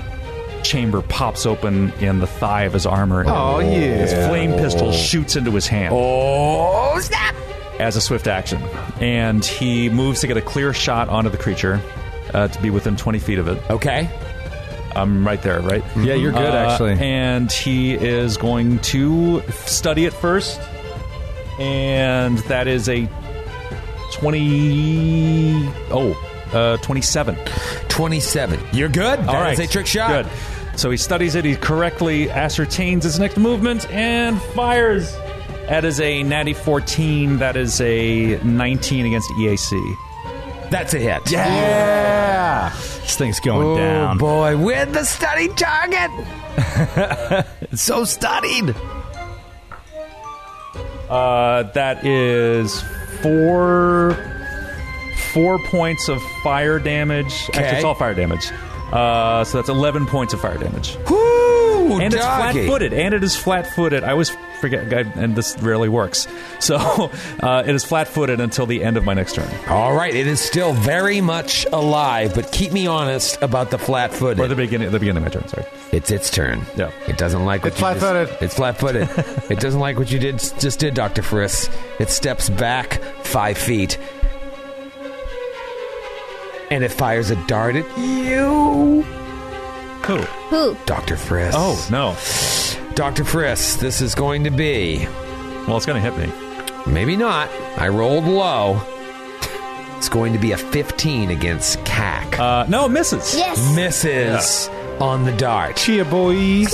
Speaker 6: chamber pops open in the thigh of his armor.
Speaker 8: Oh,
Speaker 6: His
Speaker 8: yeah.
Speaker 6: flame pistol shoots into his hand.
Speaker 2: Oh snap!
Speaker 6: As a swift action, and he moves to get a clear shot onto the creature uh, to be within twenty feet of it.
Speaker 2: Okay.
Speaker 6: I'm right there, right?
Speaker 7: Mm-hmm. Yeah, you're good,
Speaker 6: Uh,
Speaker 7: actually.
Speaker 6: And he is going to study it first. And that is a 20. Oh, uh, 27.
Speaker 2: 27. You're good.
Speaker 6: All right.
Speaker 2: is a trick shot.
Speaker 6: Good. So he studies it. He correctly ascertains his next movement and fires. That is a natty 14. That is a 19 against E EAC.
Speaker 2: That's a hit.
Speaker 7: Yeah. This thing's going
Speaker 2: oh,
Speaker 7: down.
Speaker 2: boy. With the studied
Speaker 6: [laughs]
Speaker 2: target.
Speaker 7: it's so studied.
Speaker 6: Uh, that is four four points of fire damage.
Speaker 2: Okay.
Speaker 6: Actually, it's all fire damage. Uh, so that's eleven points of fire damage.
Speaker 2: Whoo!
Speaker 6: and it's
Speaker 2: doggy.
Speaker 6: flat-footed. And it is flat-footed. I always forget, I- and this rarely works. So [laughs] uh, it is flat-footed until the end of my next turn.
Speaker 2: All right, it is still very much alive, but keep me honest about the flat footed. Or the
Speaker 6: beginning, the beginning of my turn. Sorry,
Speaker 2: it's its turn. Yeah, it doesn't like what
Speaker 3: It's
Speaker 2: you
Speaker 3: flat-footed.
Speaker 2: Just, it's flat footed. it doesn't like what you did just did, Doctor Friss. It steps back five feet, and it fires a dart at you,
Speaker 6: Who?
Speaker 5: Who?
Speaker 2: Doctor Friss.
Speaker 6: Oh no,
Speaker 2: Doctor Friss, this is going to be.
Speaker 6: Well, it's going to hit me.
Speaker 2: Maybe not. I rolled low. It's going to be a 15 against CAC.
Speaker 6: Uh, no, it misses.
Speaker 5: Yes.
Speaker 2: Misses on the dart.
Speaker 7: Cheer, boys.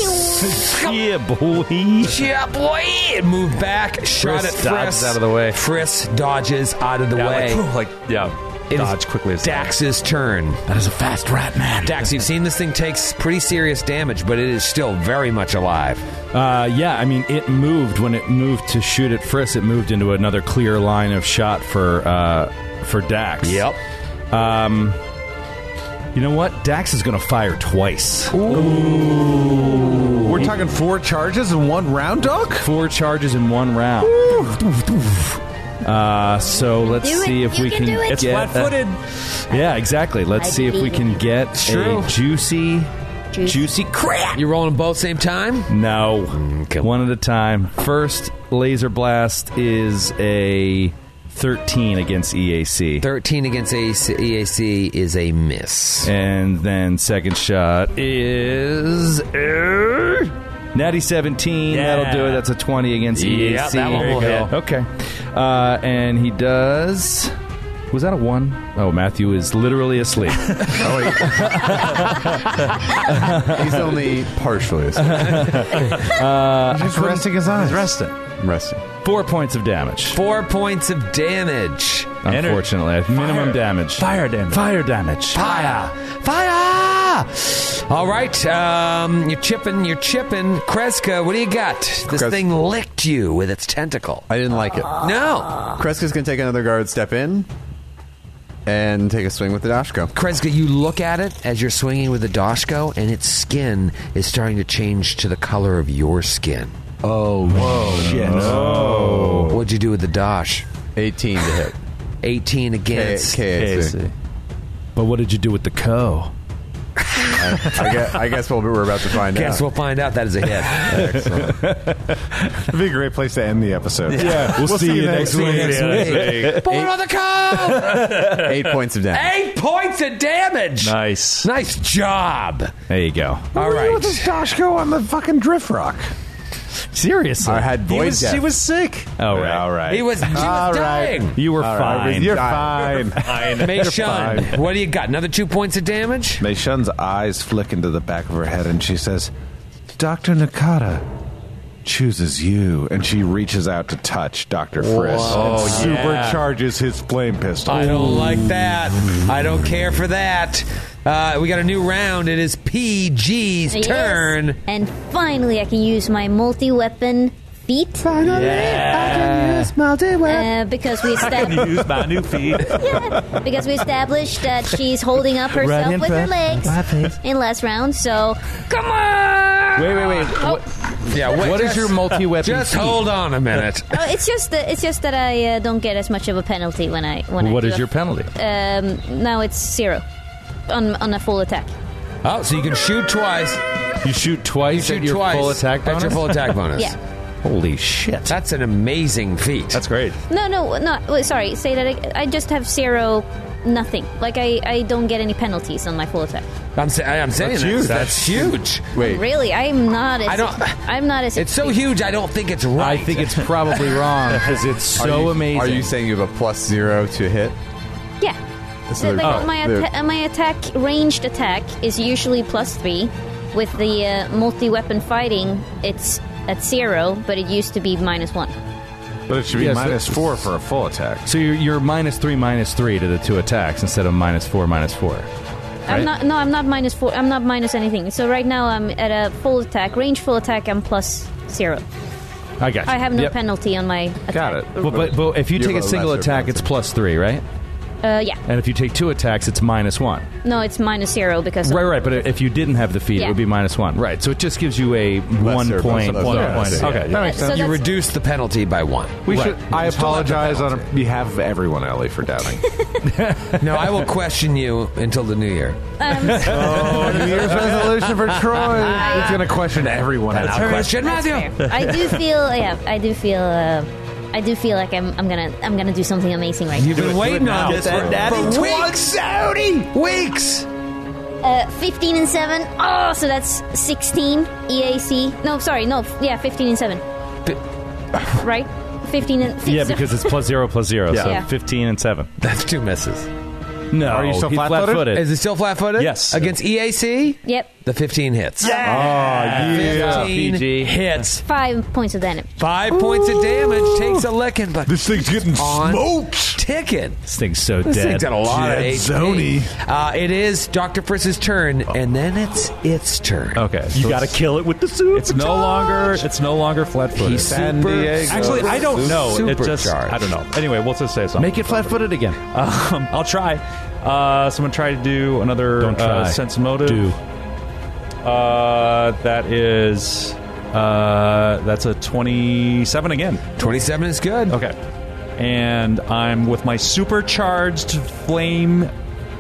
Speaker 2: [laughs]
Speaker 7: Cheer, boys.
Speaker 2: Yeah, boy! It moved back, shot
Speaker 6: Frisk
Speaker 2: at
Speaker 6: dodges
Speaker 2: Frisk.
Speaker 6: out of the way.
Speaker 2: Frisk dodges out of the
Speaker 6: Yeah,
Speaker 2: way.
Speaker 6: [laughs] like, like, yeah,
Speaker 2: It is
Speaker 6: dodge quickly as
Speaker 2: Dax's turn.
Speaker 6: [laughs]
Speaker 2: That is a fast rat man. Dax, you've seen this thing takes pretty serious damage, but it is still very much alive.
Speaker 7: Uh, yeah, I mean, it moved when it moved to shoot at Frisk. It moved into another clear line of shot for uh, for Dax. Yep. Um, you know what? Dax is going to fire twice.
Speaker 3: We're talking four charges in one round, Doc?
Speaker 7: Four charges in one round. Uh, so let's
Speaker 3: Do it.
Speaker 7: see if
Speaker 3: You
Speaker 7: we
Speaker 3: can
Speaker 7: can.
Speaker 3: do it. It's
Speaker 7: get a-
Speaker 3: flat-footed.
Speaker 7: yeah, exactly. Let's
Speaker 2: I
Speaker 7: see if we
Speaker 2: believe
Speaker 7: can
Speaker 2: it.
Speaker 7: get
Speaker 2: It's true.
Speaker 7: a juicy, juicy crap.
Speaker 2: You're rolling them both same time?
Speaker 7: No, one at a time. First laser blast is a thirteen against E EAC.
Speaker 2: 13 against AC, EAC is a miss.
Speaker 7: And then second shot is er, Natty 17.
Speaker 6: Yeah.
Speaker 7: That'll do it. That's a 20 against EAC.
Speaker 6: Yeah, that one
Speaker 7: There you
Speaker 6: will
Speaker 7: go.
Speaker 6: hit.
Speaker 7: Okay. Uh, and he does. Was that a one? Oh, Matthew is literally asleep.
Speaker 2: [laughs]
Speaker 4: He's only partially asleep.
Speaker 7: uh,
Speaker 3: He's resting his eyes.
Speaker 7: resting.
Speaker 4: Resting.
Speaker 7: Four points of damage.
Speaker 2: Four points of damage.
Speaker 7: Unfortunately, minimum damage. Fire damage. Fire damage.
Speaker 2: Fire! Fire! Ah! All right, um, you're chipping, you're chipping. Kreska, what do you got? This thing licked you with its tentacle.
Speaker 4: I didn't like it.
Speaker 2: Ah.
Speaker 6: Ah.
Speaker 2: No.
Speaker 4: Kreska's going to take another guard step in and take a swing with the Dashko.
Speaker 2: Kreska, you look at it as you're swinging with the Doshko, and its skin is starting to change to the color of your skin. Oh, whoa. Shit. What'd you do with the Dosh?
Speaker 4: 18 to hit.
Speaker 2: 18 against.
Speaker 4: K- KAC.
Speaker 7: But what did you do with the co?
Speaker 4: I, guess, I guess we'll, we're about to find
Speaker 2: Guess
Speaker 4: out.
Speaker 2: we'll find out that is a hit.
Speaker 4: Excellent.
Speaker 8: That'd be a great place to end the episode.
Speaker 7: Yeah. We'll see you next week. [laughs]
Speaker 2: Born on the cove!
Speaker 4: Eight points of damage.
Speaker 2: Eight points of damage!
Speaker 6: Nice.
Speaker 2: Nice job!
Speaker 7: There you go.
Speaker 2: All right.
Speaker 8: What does Doshko on the fucking drift rock?
Speaker 7: Seriously.
Speaker 4: I had void
Speaker 8: He was,
Speaker 4: death.
Speaker 8: she was sick.
Speaker 7: All right.
Speaker 8: All right.
Speaker 2: He was, he was
Speaker 8: All right.
Speaker 2: dying.
Speaker 7: You were
Speaker 8: All right,
Speaker 7: fine.
Speaker 8: You're
Speaker 4: Dying.
Speaker 8: fine. [laughs] fine.
Speaker 2: Mei Shun, what do you got? Another two points of damage?
Speaker 8: Mei Shun's eyes flick into the back of her head and she says, Dr. Nakata chooses you. And she reaches out to touch Dr. Frisk.
Speaker 6: Whoa.
Speaker 8: and
Speaker 6: Oh, yeah.
Speaker 8: supercharges his flame pistol.
Speaker 2: I don't like that. I don't care for that. Uh, we got a new round. It is PG's
Speaker 5: Yes.
Speaker 2: turn.
Speaker 5: And finally, I can use my multi weapon feet. Finally, I can use multi weapon. Uh,
Speaker 6: [laughs]
Speaker 5: because we established.
Speaker 6: use my new
Speaker 5: [laughs]
Speaker 6: feet.
Speaker 5: Because we established that she's holding up herself with her legs in last round, so come on!
Speaker 7: Wait, wait, wait.
Speaker 5: Oh,
Speaker 2: Yeah.
Speaker 7: What is your multi-weapon
Speaker 2: Just
Speaker 7: feat?
Speaker 2: hold on a minute.
Speaker 5: oh, it's just that it's just that I uh, don't get as much of a penalty when I when I
Speaker 7: What
Speaker 5: do
Speaker 7: is
Speaker 5: a-
Speaker 7: your penalty?
Speaker 5: Um, now it's zero on on a full attack.
Speaker 2: [laughs] Oh, so you can shoot twice.
Speaker 7: You shoot twice
Speaker 2: You
Speaker 7: at
Speaker 2: shoot
Speaker 7: your
Speaker 2: twice
Speaker 7: full attack
Speaker 2: at
Speaker 7: bonus?
Speaker 2: your full [laughs] attack bonus.
Speaker 5: Yeah.
Speaker 7: Holy shit.
Speaker 2: That's an amazing feat.
Speaker 6: That's great.
Speaker 5: No, no, not wait, sorry. Say that ag- I just have zero, nothing. Like I, I don't get any penalties on my full attack.
Speaker 2: I'm, sa- I'm saying
Speaker 8: That's
Speaker 2: that.
Speaker 8: huge.
Speaker 2: That's huge.
Speaker 4: Wait.
Speaker 5: Really, I'm not. As,
Speaker 2: I don't-
Speaker 5: [laughs] I'm not as.
Speaker 2: It's so huge. I don't think it's right.
Speaker 7: I think it's probably wrong because it's
Speaker 4: Are
Speaker 7: so
Speaker 4: you-
Speaker 7: amazing.
Speaker 4: Are you saying you have a plus zero to hit?
Speaker 5: yeah.
Speaker 4: That's
Speaker 5: So
Speaker 4: another-
Speaker 5: like
Speaker 4: oh,
Speaker 5: my
Speaker 4: there-
Speaker 5: atta- my attack ranged attack is usually plus three. With the uh, multi weapon fighting, it's at zero, but it used to be minus one.
Speaker 8: But it should be
Speaker 7: Yes,
Speaker 8: minus
Speaker 7: that's-
Speaker 8: four for a full attack.
Speaker 7: so you're, you're minus three, minus three to the two attacks instead of minus four, minus four. Right?
Speaker 5: I'm not. No, I'm not minus four. I'm not minus anything. So right now I'm at a full attack range. Full attack. I'm plus zero.
Speaker 7: I got. You.
Speaker 5: I have no
Speaker 7: Yep.
Speaker 5: penalty on my attack.
Speaker 8: Got it.
Speaker 7: But, but, but if you,
Speaker 4: You
Speaker 7: take a
Speaker 4: have a
Speaker 7: single
Speaker 4: lesser
Speaker 7: attack,
Speaker 4: penalty.
Speaker 7: it's plus three, right?
Speaker 5: Uh, yeah.
Speaker 7: And if you take two attacks, it's minus one.
Speaker 5: No, it's minus zero because
Speaker 7: Right, right. But if you didn't have the feat, it
Speaker 5: Yeah.
Speaker 7: would be minus one. Right. So it just gives you a one
Speaker 4: lesser
Speaker 7: point.
Speaker 4: bonus.
Speaker 7: one
Speaker 4: Yeah,
Speaker 7: point.
Speaker 4: yeah,
Speaker 7: Okay.
Speaker 4: yeah.
Speaker 5: So
Speaker 2: you
Speaker 5: that's-
Speaker 2: reduce the penalty by one.
Speaker 8: We
Speaker 7: Right.
Speaker 8: should. I apologize on behalf of everyone, Ellie, for doubting.
Speaker 2: [laughs] No, I will question you until the new year.
Speaker 3: Oh, New Year's resolution for Troy. It's going to question everyone.
Speaker 2: And
Speaker 3: out
Speaker 2: I'll
Speaker 3: there.
Speaker 2: question Matthew.
Speaker 5: I
Speaker 7: [laughs]
Speaker 5: do feel. Yeah, I do feel. Uh, I do feel like I'm, I'm gonna I'm gonna do something amazing right
Speaker 2: You've been waiting on this
Speaker 12: that
Speaker 2: for-
Speaker 12: daddy
Speaker 2: for
Speaker 12: twat
Speaker 2: weeks. Weeks.
Speaker 5: now. Uh, 15 and seven. Oh, so that's E 16 EAC. No, sorry, no, f- yeah, 15 and seven. Right. 15 and six.
Speaker 7: Yeah, because it's plus zero plus zero.
Speaker 5: Yeah.
Speaker 7: So
Speaker 5: Yeah.
Speaker 7: 15 and 7.
Speaker 2: That's two misses.
Speaker 7: No.
Speaker 2: Are you still
Speaker 7: he's
Speaker 2: flat-footed?
Speaker 7: flat-footed.
Speaker 2: Is it still flat footed?
Speaker 7: Yes.
Speaker 2: Against EAC?
Speaker 5: Yep.
Speaker 2: The 15 hits.
Speaker 7: Yeah.
Speaker 2: Oh,
Speaker 7: yeah.
Speaker 2: 15
Speaker 7: PG.
Speaker 2: hits.
Speaker 5: Five points of damage.
Speaker 2: Five points of damage. Takes a licking, but this thing's getting smoked. Ticking.
Speaker 7: This thing's so
Speaker 2: This
Speaker 7: dead.
Speaker 2: thing's got a lot of
Speaker 7: Dead
Speaker 2: HP. Uh, it is Doctor Fritz's turn, and then it's its turn.
Speaker 6: Okay,
Speaker 7: You gotta kill it with the super.
Speaker 6: It's no longer. It's no longer flat footed.
Speaker 2: He's San super- Diego.
Speaker 6: Actually, I don't know. It just.
Speaker 2: Supercharged.
Speaker 6: I don't know. Anyway, we'll just say something.
Speaker 7: Make it flat footed again.
Speaker 6: Um, [laughs] I'll try. Uh, someone try to do another
Speaker 7: Don't
Speaker 6: uh,
Speaker 7: try.
Speaker 6: sense motive.
Speaker 7: Do.
Speaker 6: Uh, that is. Uh, that's a twenty-seven again.
Speaker 2: Twenty-seven is good.
Speaker 6: Okay, and I'm with my supercharged flame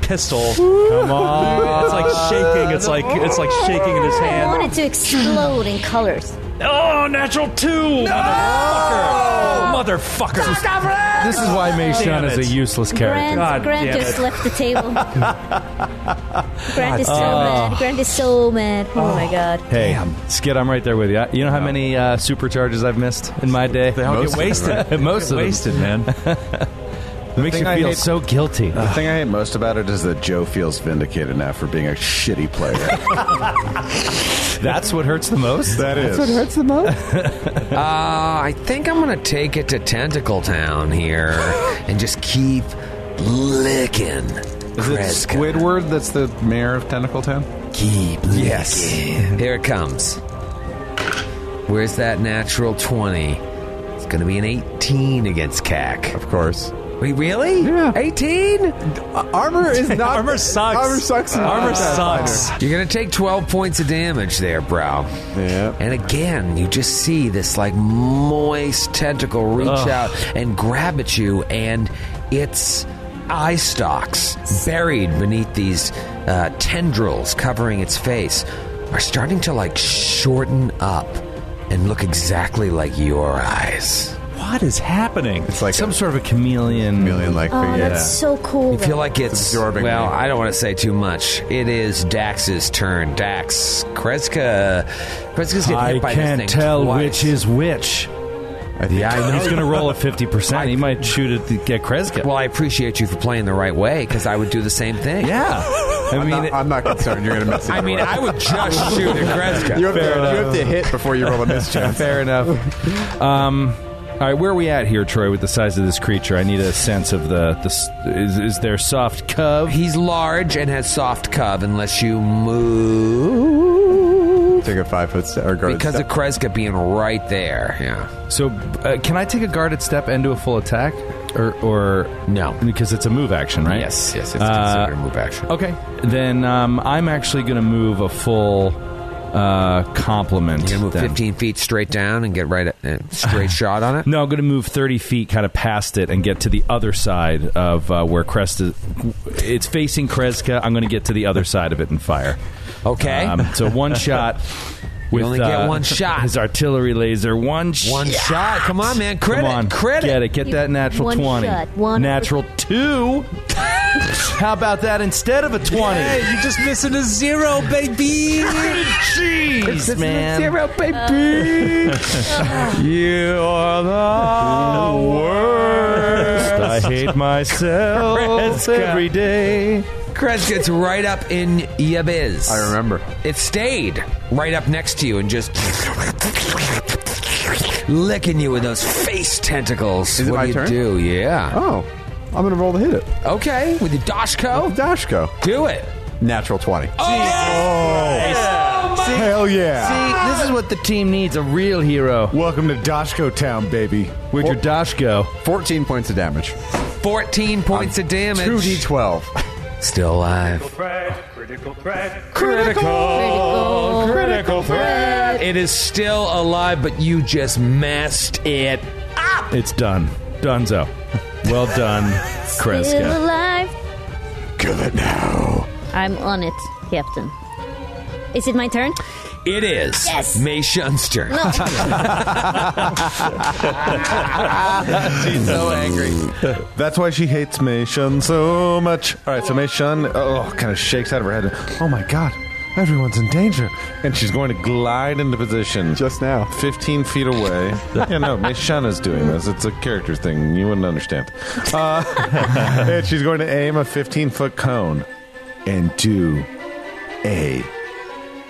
Speaker 6: pistol. Come on! It's like shaking. It's like it's like shaking in his
Speaker 5: I
Speaker 6: hand.
Speaker 5: want it to explode in colors.
Speaker 6: Oh, natural two! Motherfucker! Motherfucker!
Speaker 7: This is why Meishan
Speaker 6: Damn
Speaker 7: is a
Speaker 6: it.
Speaker 7: useless character.
Speaker 5: Grant, Grant
Speaker 6: damn
Speaker 5: just
Speaker 6: it.
Speaker 5: left the table. Grant is so
Speaker 7: Oh.
Speaker 5: mad. Grant is so mad. Oh, my god.
Speaker 7: Hey, Skid, I'm right there with you. I- You know how many uh, supercharges I've missed in my day? They
Speaker 6: all get
Speaker 7: [laughs]
Speaker 6: wasted.
Speaker 7: Most
Speaker 6: Get
Speaker 7: of them.
Speaker 6: wasted,
Speaker 7: [laughs]
Speaker 6: man.
Speaker 7: It makes you
Speaker 8: Thing I
Speaker 7: feel
Speaker 8: hate-
Speaker 7: so guilty.
Speaker 8: The thing I hate most about it is that Joe feels vindicated now for being a shitty [laughs] player.
Speaker 7: That's what hurts the [laughs] most.
Speaker 8: That is.
Speaker 7: hurts the most.
Speaker 2: Uh, I think I'm gonna take it to Tentacle Town [laughs] here and just keep licking.
Speaker 8: Is it
Speaker 2: Kreska.
Speaker 8: Squidward that's the mayor of Tentacle Town?
Speaker 2: Keep Yes. Here it comes. Where's that natural 20? It's going to be an 18 against CAC. Of
Speaker 4: course.
Speaker 2: Wait, really? Yeah. 18?
Speaker 4: Armor is not.
Speaker 6: Armor sucks.
Speaker 4: Armor sucks. in
Speaker 6: Armor
Speaker 4: combat.
Speaker 6: sucks.
Speaker 2: You're going to take 12 points of damage there, bro.
Speaker 4: Yeah.
Speaker 2: And again, you just see this like moist tentacle reach
Speaker 6: Ugh.
Speaker 2: out and grab at you, and its eye stalks, buried beneath these uh, tendrils covering its face, are starting to like shorten up and look exactly like your eyes.
Speaker 6: What is happening?
Speaker 4: It's like
Speaker 7: Some sort of a chameleon.
Speaker 4: million like
Speaker 5: Oh,
Speaker 4: figure.
Speaker 5: that's so cool.
Speaker 2: You feel like it's
Speaker 4: absorbing
Speaker 2: well.
Speaker 4: me.
Speaker 2: I don't want to say too much. It is Dax's turn. Dax Kreska. Kreska's getting
Speaker 7: I
Speaker 2: hit by
Speaker 7: can't
Speaker 2: this thing
Speaker 7: tell
Speaker 2: twice.
Speaker 7: which is which.
Speaker 4: I think
Speaker 2: Yeah, I know.
Speaker 7: He's going to roll a 50%. He might shoot at the, get Kreska.
Speaker 2: Well, I appreciate you for playing the right way because I would do the same thing.
Speaker 7: yeah. [laughs] I
Speaker 4: I
Speaker 7: mean,
Speaker 4: am
Speaker 7: it-
Speaker 4: not, I'm not concerned. You're going to miss it.
Speaker 2: I mean,
Speaker 4: either way.
Speaker 2: I would just shoot at
Speaker 4: you,
Speaker 2: Kreska.
Speaker 4: have to, you have to hit before you roll a miss
Speaker 7: [laughs]
Speaker 4: chance.
Speaker 7: fair enough. Um, all right, where are we at here, Troy, with the size of this creature? I need a sense of the. the s- is, is there soft cub?
Speaker 2: He's large and has soft cub unless you move
Speaker 4: Take a five foot step or guard
Speaker 2: because of
Speaker 4: step.
Speaker 2: Kreska being right there. Yeah.
Speaker 7: So, uh, can I take a guarded step and do a full attack? Or. or
Speaker 2: No.
Speaker 7: because it's a move action, right?
Speaker 2: Yes. Yes. It's
Speaker 7: Uh,
Speaker 2: considered a move action.
Speaker 7: Okay, then um, I'm actually going to move a full uh, complement.
Speaker 2: You're gonna move
Speaker 7: then.
Speaker 2: 15 feet straight down and get right at, uh, straight shot on it.
Speaker 7: No, I'm going to move 30 feet kind of past it and get to the other side of uh, where Crest is. It's facing Kreska. I'm going to get to the other side of it and fire.
Speaker 2: Okay.
Speaker 7: Um, so
Speaker 2: [laughs]
Speaker 7: one shot. With,
Speaker 2: only get
Speaker 7: uh,
Speaker 2: one shot.
Speaker 7: His artillery laser. One shot.
Speaker 2: One shot. Come on, man. Credit.
Speaker 7: Come on.
Speaker 2: Credit.
Speaker 7: Get it. Get that natural
Speaker 5: One
Speaker 7: 20.
Speaker 5: shot. One-
Speaker 7: natural 2. [laughs] How about that instead of a 20?
Speaker 6: you're just missing a zero, baby.
Speaker 7: Jeez, man.
Speaker 2: Zero, baby.
Speaker 7: You are the worst. I hate [laughs] myself every day.
Speaker 2: Krez gets right up in your biz.
Speaker 4: I remember.
Speaker 2: It stayed right up next to you and just licking you with those face tentacles.
Speaker 4: Is it
Speaker 2: what
Speaker 4: my
Speaker 2: do you
Speaker 4: turn?
Speaker 2: do? Yeah.
Speaker 4: Oh, I'm going to roll to hit it.
Speaker 2: Okay. With your Doshko,
Speaker 4: Dashko.
Speaker 2: do it.
Speaker 4: Natural 20.
Speaker 2: Oh, my-
Speaker 10: Hell yeah.
Speaker 7: See, this is what the team needs a real hero.
Speaker 10: Welcome to Doshko Town, baby.
Speaker 7: Where'd your dash go?
Speaker 4: 14 points of damage.
Speaker 2: 14 points of damage.
Speaker 4: 2d12.
Speaker 2: Still alive.
Speaker 5: Critical. Critical threat.
Speaker 2: It is still alive, but you just messed it up.
Speaker 7: It's done. Dunzo. Well [laughs] done,
Speaker 6: [laughs]
Speaker 5: Still
Speaker 7: Kreska.
Speaker 5: alive.
Speaker 10: Kill it now.
Speaker 5: I'm on it, Captain. Is it my turn?
Speaker 2: It is.
Speaker 5: Yes.
Speaker 2: May Shunster. She's so angry.
Speaker 8: That's why she hates Mei Shun so much. All right, so Mei Shun, oh, kind of shakes out of her head. Oh my god, Everyone's in danger. And she's going to glide into position. Just now. 15 feet away.
Speaker 3: [laughs]
Speaker 8: yeah, no, Meshana's doing this. It's a character thing. You wouldn't understand. Uh, [laughs] and she's going to aim a 15 foot cone and do a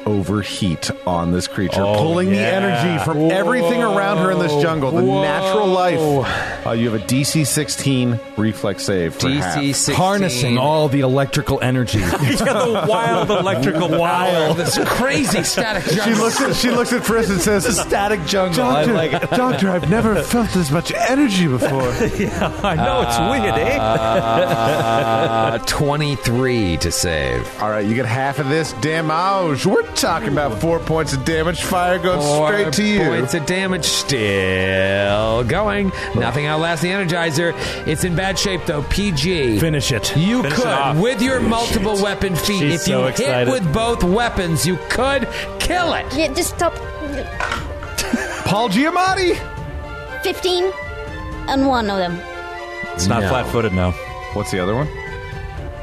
Speaker 8: overheat on this creature, pulling
Speaker 3: Oh, yeah.
Speaker 8: the energy from everything around her in this jungle, the
Speaker 3: Whoa.
Speaker 8: natural life. Uh, you have a DC 16 reflex save. For half.
Speaker 12: Harnessing all the electrical energy.
Speaker 7: [laughs]
Speaker 6: the wild electrical
Speaker 12: Wild.
Speaker 2: This crazy static
Speaker 3: jungle.
Speaker 12: She looks at she looks at Chris and says,
Speaker 3: The
Speaker 12: "Static jungle."
Speaker 3: Doctor, doctor, I've never felt this much energy before.
Speaker 12: [laughs]
Speaker 6: yeah, I know it's weird, eh?
Speaker 2: [laughs] Uh, 23 to save.
Speaker 8: All right, you get half of this damage. We're talking about four points of damage. Fire goes
Speaker 2: Four
Speaker 8: straight to you.
Speaker 2: Points of damage still going. Nothing outlasts the Energizer. It's in bad shape though. PG,
Speaker 7: finish it.
Speaker 2: You
Speaker 7: Finish it
Speaker 2: could
Speaker 7: off.
Speaker 2: with your
Speaker 7: Finish
Speaker 2: multiple
Speaker 7: it.
Speaker 2: weapon feat.
Speaker 7: She's
Speaker 2: if
Speaker 7: so
Speaker 2: you hit
Speaker 7: excited.
Speaker 2: with both weapons, you could kill it.
Speaker 5: Yeah, just top
Speaker 8: Paul Giamatti.
Speaker 5: fifteen and one of them.
Speaker 6: It's not
Speaker 8: No.
Speaker 6: flat footed now.
Speaker 8: What's the other one?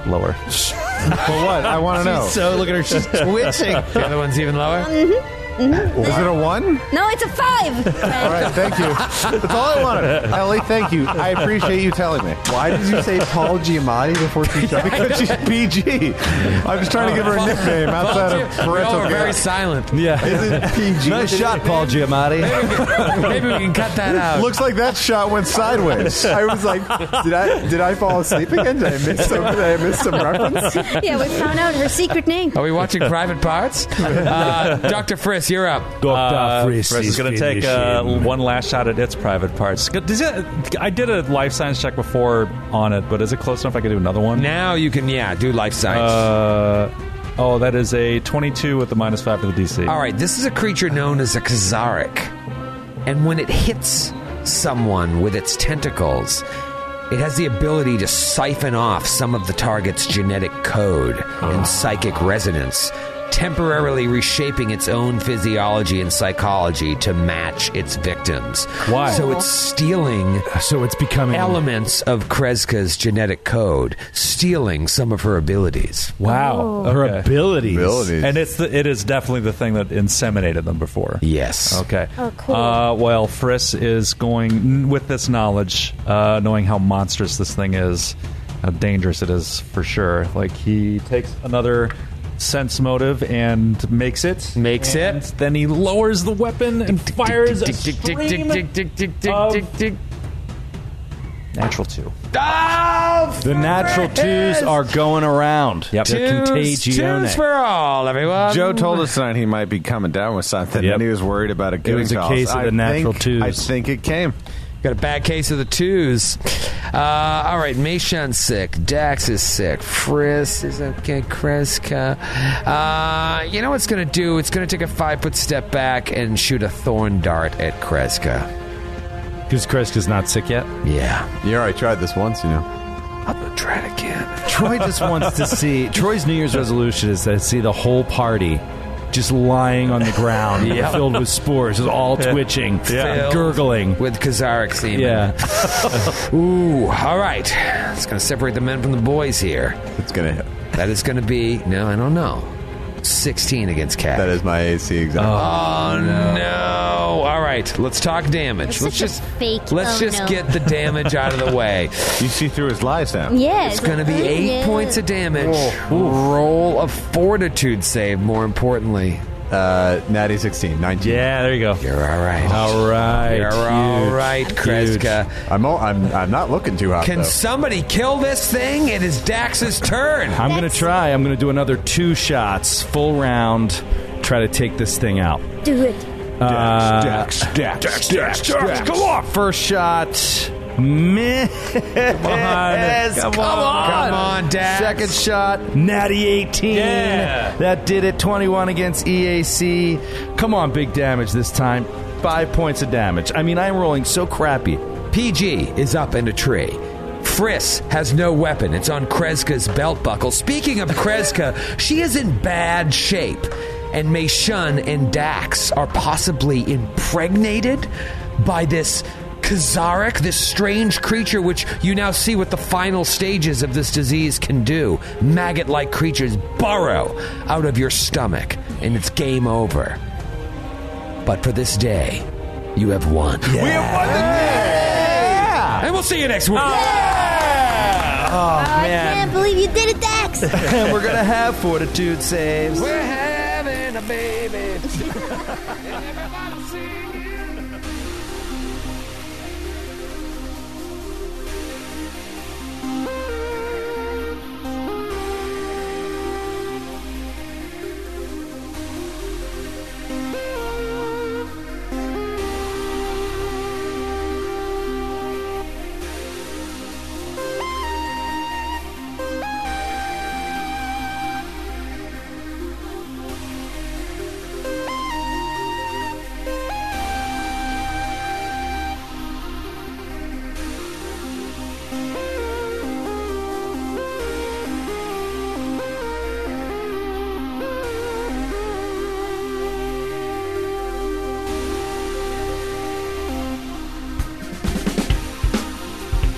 Speaker 6: Lower.
Speaker 8: Well, what? I want to
Speaker 2: [laughs]
Speaker 8: know.
Speaker 2: the other one's even lower.
Speaker 5: Mm-hmm. Mm-hmm.
Speaker 8: Is it a one?
Speaker 5: No, it's a five.
Speaker 8: All right, thank you. That's all I wanted. Ellie, thank you. I appreciate you telling me.
Speaker 4: Why did you say Paul Giamatti before she
Speaker 8: [laughs] because she's PG. I'm just trying to give her a nickname outside of
Speaker 2: We all
Speaker 8: parental
Speaker 2: were very
Speaker 8: [laughs] guidance.
Speaker 2: silent.
Speaker 7: Yeah.
Speaker 4: PG?
Speaker 12: Nice shot, Paul Giamatti.
Speaker 2: [laughs] Maybe we can cut that out.
Speaker 8: Looks like that shot went sideways.
Speaker 4: I was like, did I did I fall asleep again? Did I miss some? Did I miss some
Speaker 8: [laughs]
Speaker 5: [laughs]
Speaker 4: reference?
Speaker 5: yeah, we found out her secret name.
Speaker 2: Are we watching Private Parts? Uh, Dr. Friss, you're up.
Speaker 6: Uh, Chris
Speaker 7: is
Speaker 6: is going to take uh,
Speaker 7: finishing.
Speaker 6: one last shot at its private parts. Does it, I did a life science check before on it, but is it close enough I could do another one?
Speaker 2: Now you can, yeah, do life science.
Speaker 6: Uh, oh, that is a 22 with the minus 5 to the DC.
Speaker 2: All right, this is a creature known as a Khazaric. And when it hits someone with its tentacles, it has the ability to siphon off some of the target's genetic code
Speaker 7: Ah.
Speaker 2: and psychic resonance, temporarily reshaping its own physiology and psychology to match its victims.
Speaker 7: Why?
Speaker 2: So it's stealing
Speaker 7: So it's becoming
Speaker 2: elements of Kreska's genetic code, stealing some of her abilities.
Speaker 7: wow. Her
Speaker 6: Oh. Okay.
Speaker 7: abilities.
Speaker 6: And it's the, it is definitely the thing that inseminated them before.
Speaker 2: Yes.
Speaker 6: Okay.
Speaker 5: Oh, cool.
Speaker 6: Uh, well, Friss is going with this knowledge, uh, knowing how monstrous this thing is, how dangerous it is for sure. Like he takes another sense motive and makes it.
Speaker 2: Makes
Speaker 6: and
Speaker 2: it.
Speaker 6: Then he lowers the weapon and fires a stream of natural two.
Speaker 2: Ah,
Speaker 7: The natural twos are going around. Yep. They're contagione.
Speaker 2: all, everyone.
Speaker 8: Joe told us tonight he might be coming down with something,
Speaker 7: Um, Yep.
Speaker 8: and he was worried about a
Speaker 7: It
Speaker 8: goon
Speaker 7: was a
Speaker 8: toss.
Speaker 7: case of
Speaker 8: I
Speaker 7: the natural
Speaker 8: think,
Speaker 7: twos.
Speaker 8: I think it came.
Speaker 2: Got a bad case of the twos. Uh, all right, Meishan's sick. Dax is sick. Friss is okay. Kreska. Uh, you know what it's going to do? It's going to take a five foot step back and shoot a thorn dart at Kreska.
Speaker 7: Because Kreska's not sick yet.
Speaker 2: Yeah.
Speaker 4: You already tried this once, you know.
Speaker 2: I'm going to try it again.
Speaker 7: Troy just wants to see Troy's New Year's resolution is to see the whole party just lying on the ground,
Speaker 2: Yep.
Speaker 7: filled with spores, just all twitching,
Speaker 2: Filled
Speaker 7: gurgling.
Speaker 2: With Kazaric semen.
Speaker 7: Yeah,
Speaker 2: Ooh, all right. It's going to separate the men from the boys here.
Speaker 4: It's gonna hit.
Speaker 2: That is going to be, no, I don't know. 16 against Cat.
Speaker 4: That is my AC exactly.
Speaker 2: Oh no. All right, let's talk damage.
Speaker 5: It's
Speaker 2: let's
Speaker 5: such a
Speaker 2: just
Speaker 5: fake-
Speaker 2: Let's
Speaker 5: oh,
Speaker 2: just
Speaker 5: no.
Speaker 2: get the damage out of the
Speaker 5: [laughs]
Speaker 2: way.
Speaker 8: You see through his lies now.
Speaker 5: Yeah,
Speaker 2: It's going to be
Speaker 5: a-
Speaker 2: eight
Speaker 5: yeah.
Speaker 2: points of damage. Roll a fortitude save. More importantly,
Speaker 4: Uh, natty 16, 19.
Speaker 6: Yeah, there you go.
Speaker 2: you're all right.
Speaker 7: all right,
Speaker 2: You're all right, Kreska.
Speaker 4: I'm all, I'm I'm not looking too hot
Speaker 2: Can
Speaker 4: though.
Speaker 2: somebody kill this thing? It is Dax's turn.
Speaker 7: I'm gonna try. I'm gonna do another two shots, full round, try to take this thing out.
Speaker 5: Do it.
Speaker 7: Dax, Dax, Dax, Dax, Dax, Come on! First shot. Miss. Come on. [laughs] Come, on.
Speaker 2: Come on, Dax.
Speaker 7: Second shot. Natty 18.
Speaker 6: Yeah.
Speaker 7: That did it. 21 against EAC. Come on, big damage this time. Five points of damage. I mean, I'm rolling so crappy.
Speaker 2: PG is up in a tree. Friss has no weapon. It's on Kreska's belt buckle. Speaking of Kreska, she is in bad shape. And Meishun and Dax are possibly impregnated by this Kazarek, this strange creature which you now see what the final stages of this disease can do. Maggot like creatures burrow out of your stomach, and it's game over. But for this day, you have won. We have won the day! And we'll see you next week.
Speaker 12: Oh,
Speaker 5: I can't believe you did it, Dax.
Speaker 12: and we're gonna have fortitude saves.
Speaker 2: We're having a baby.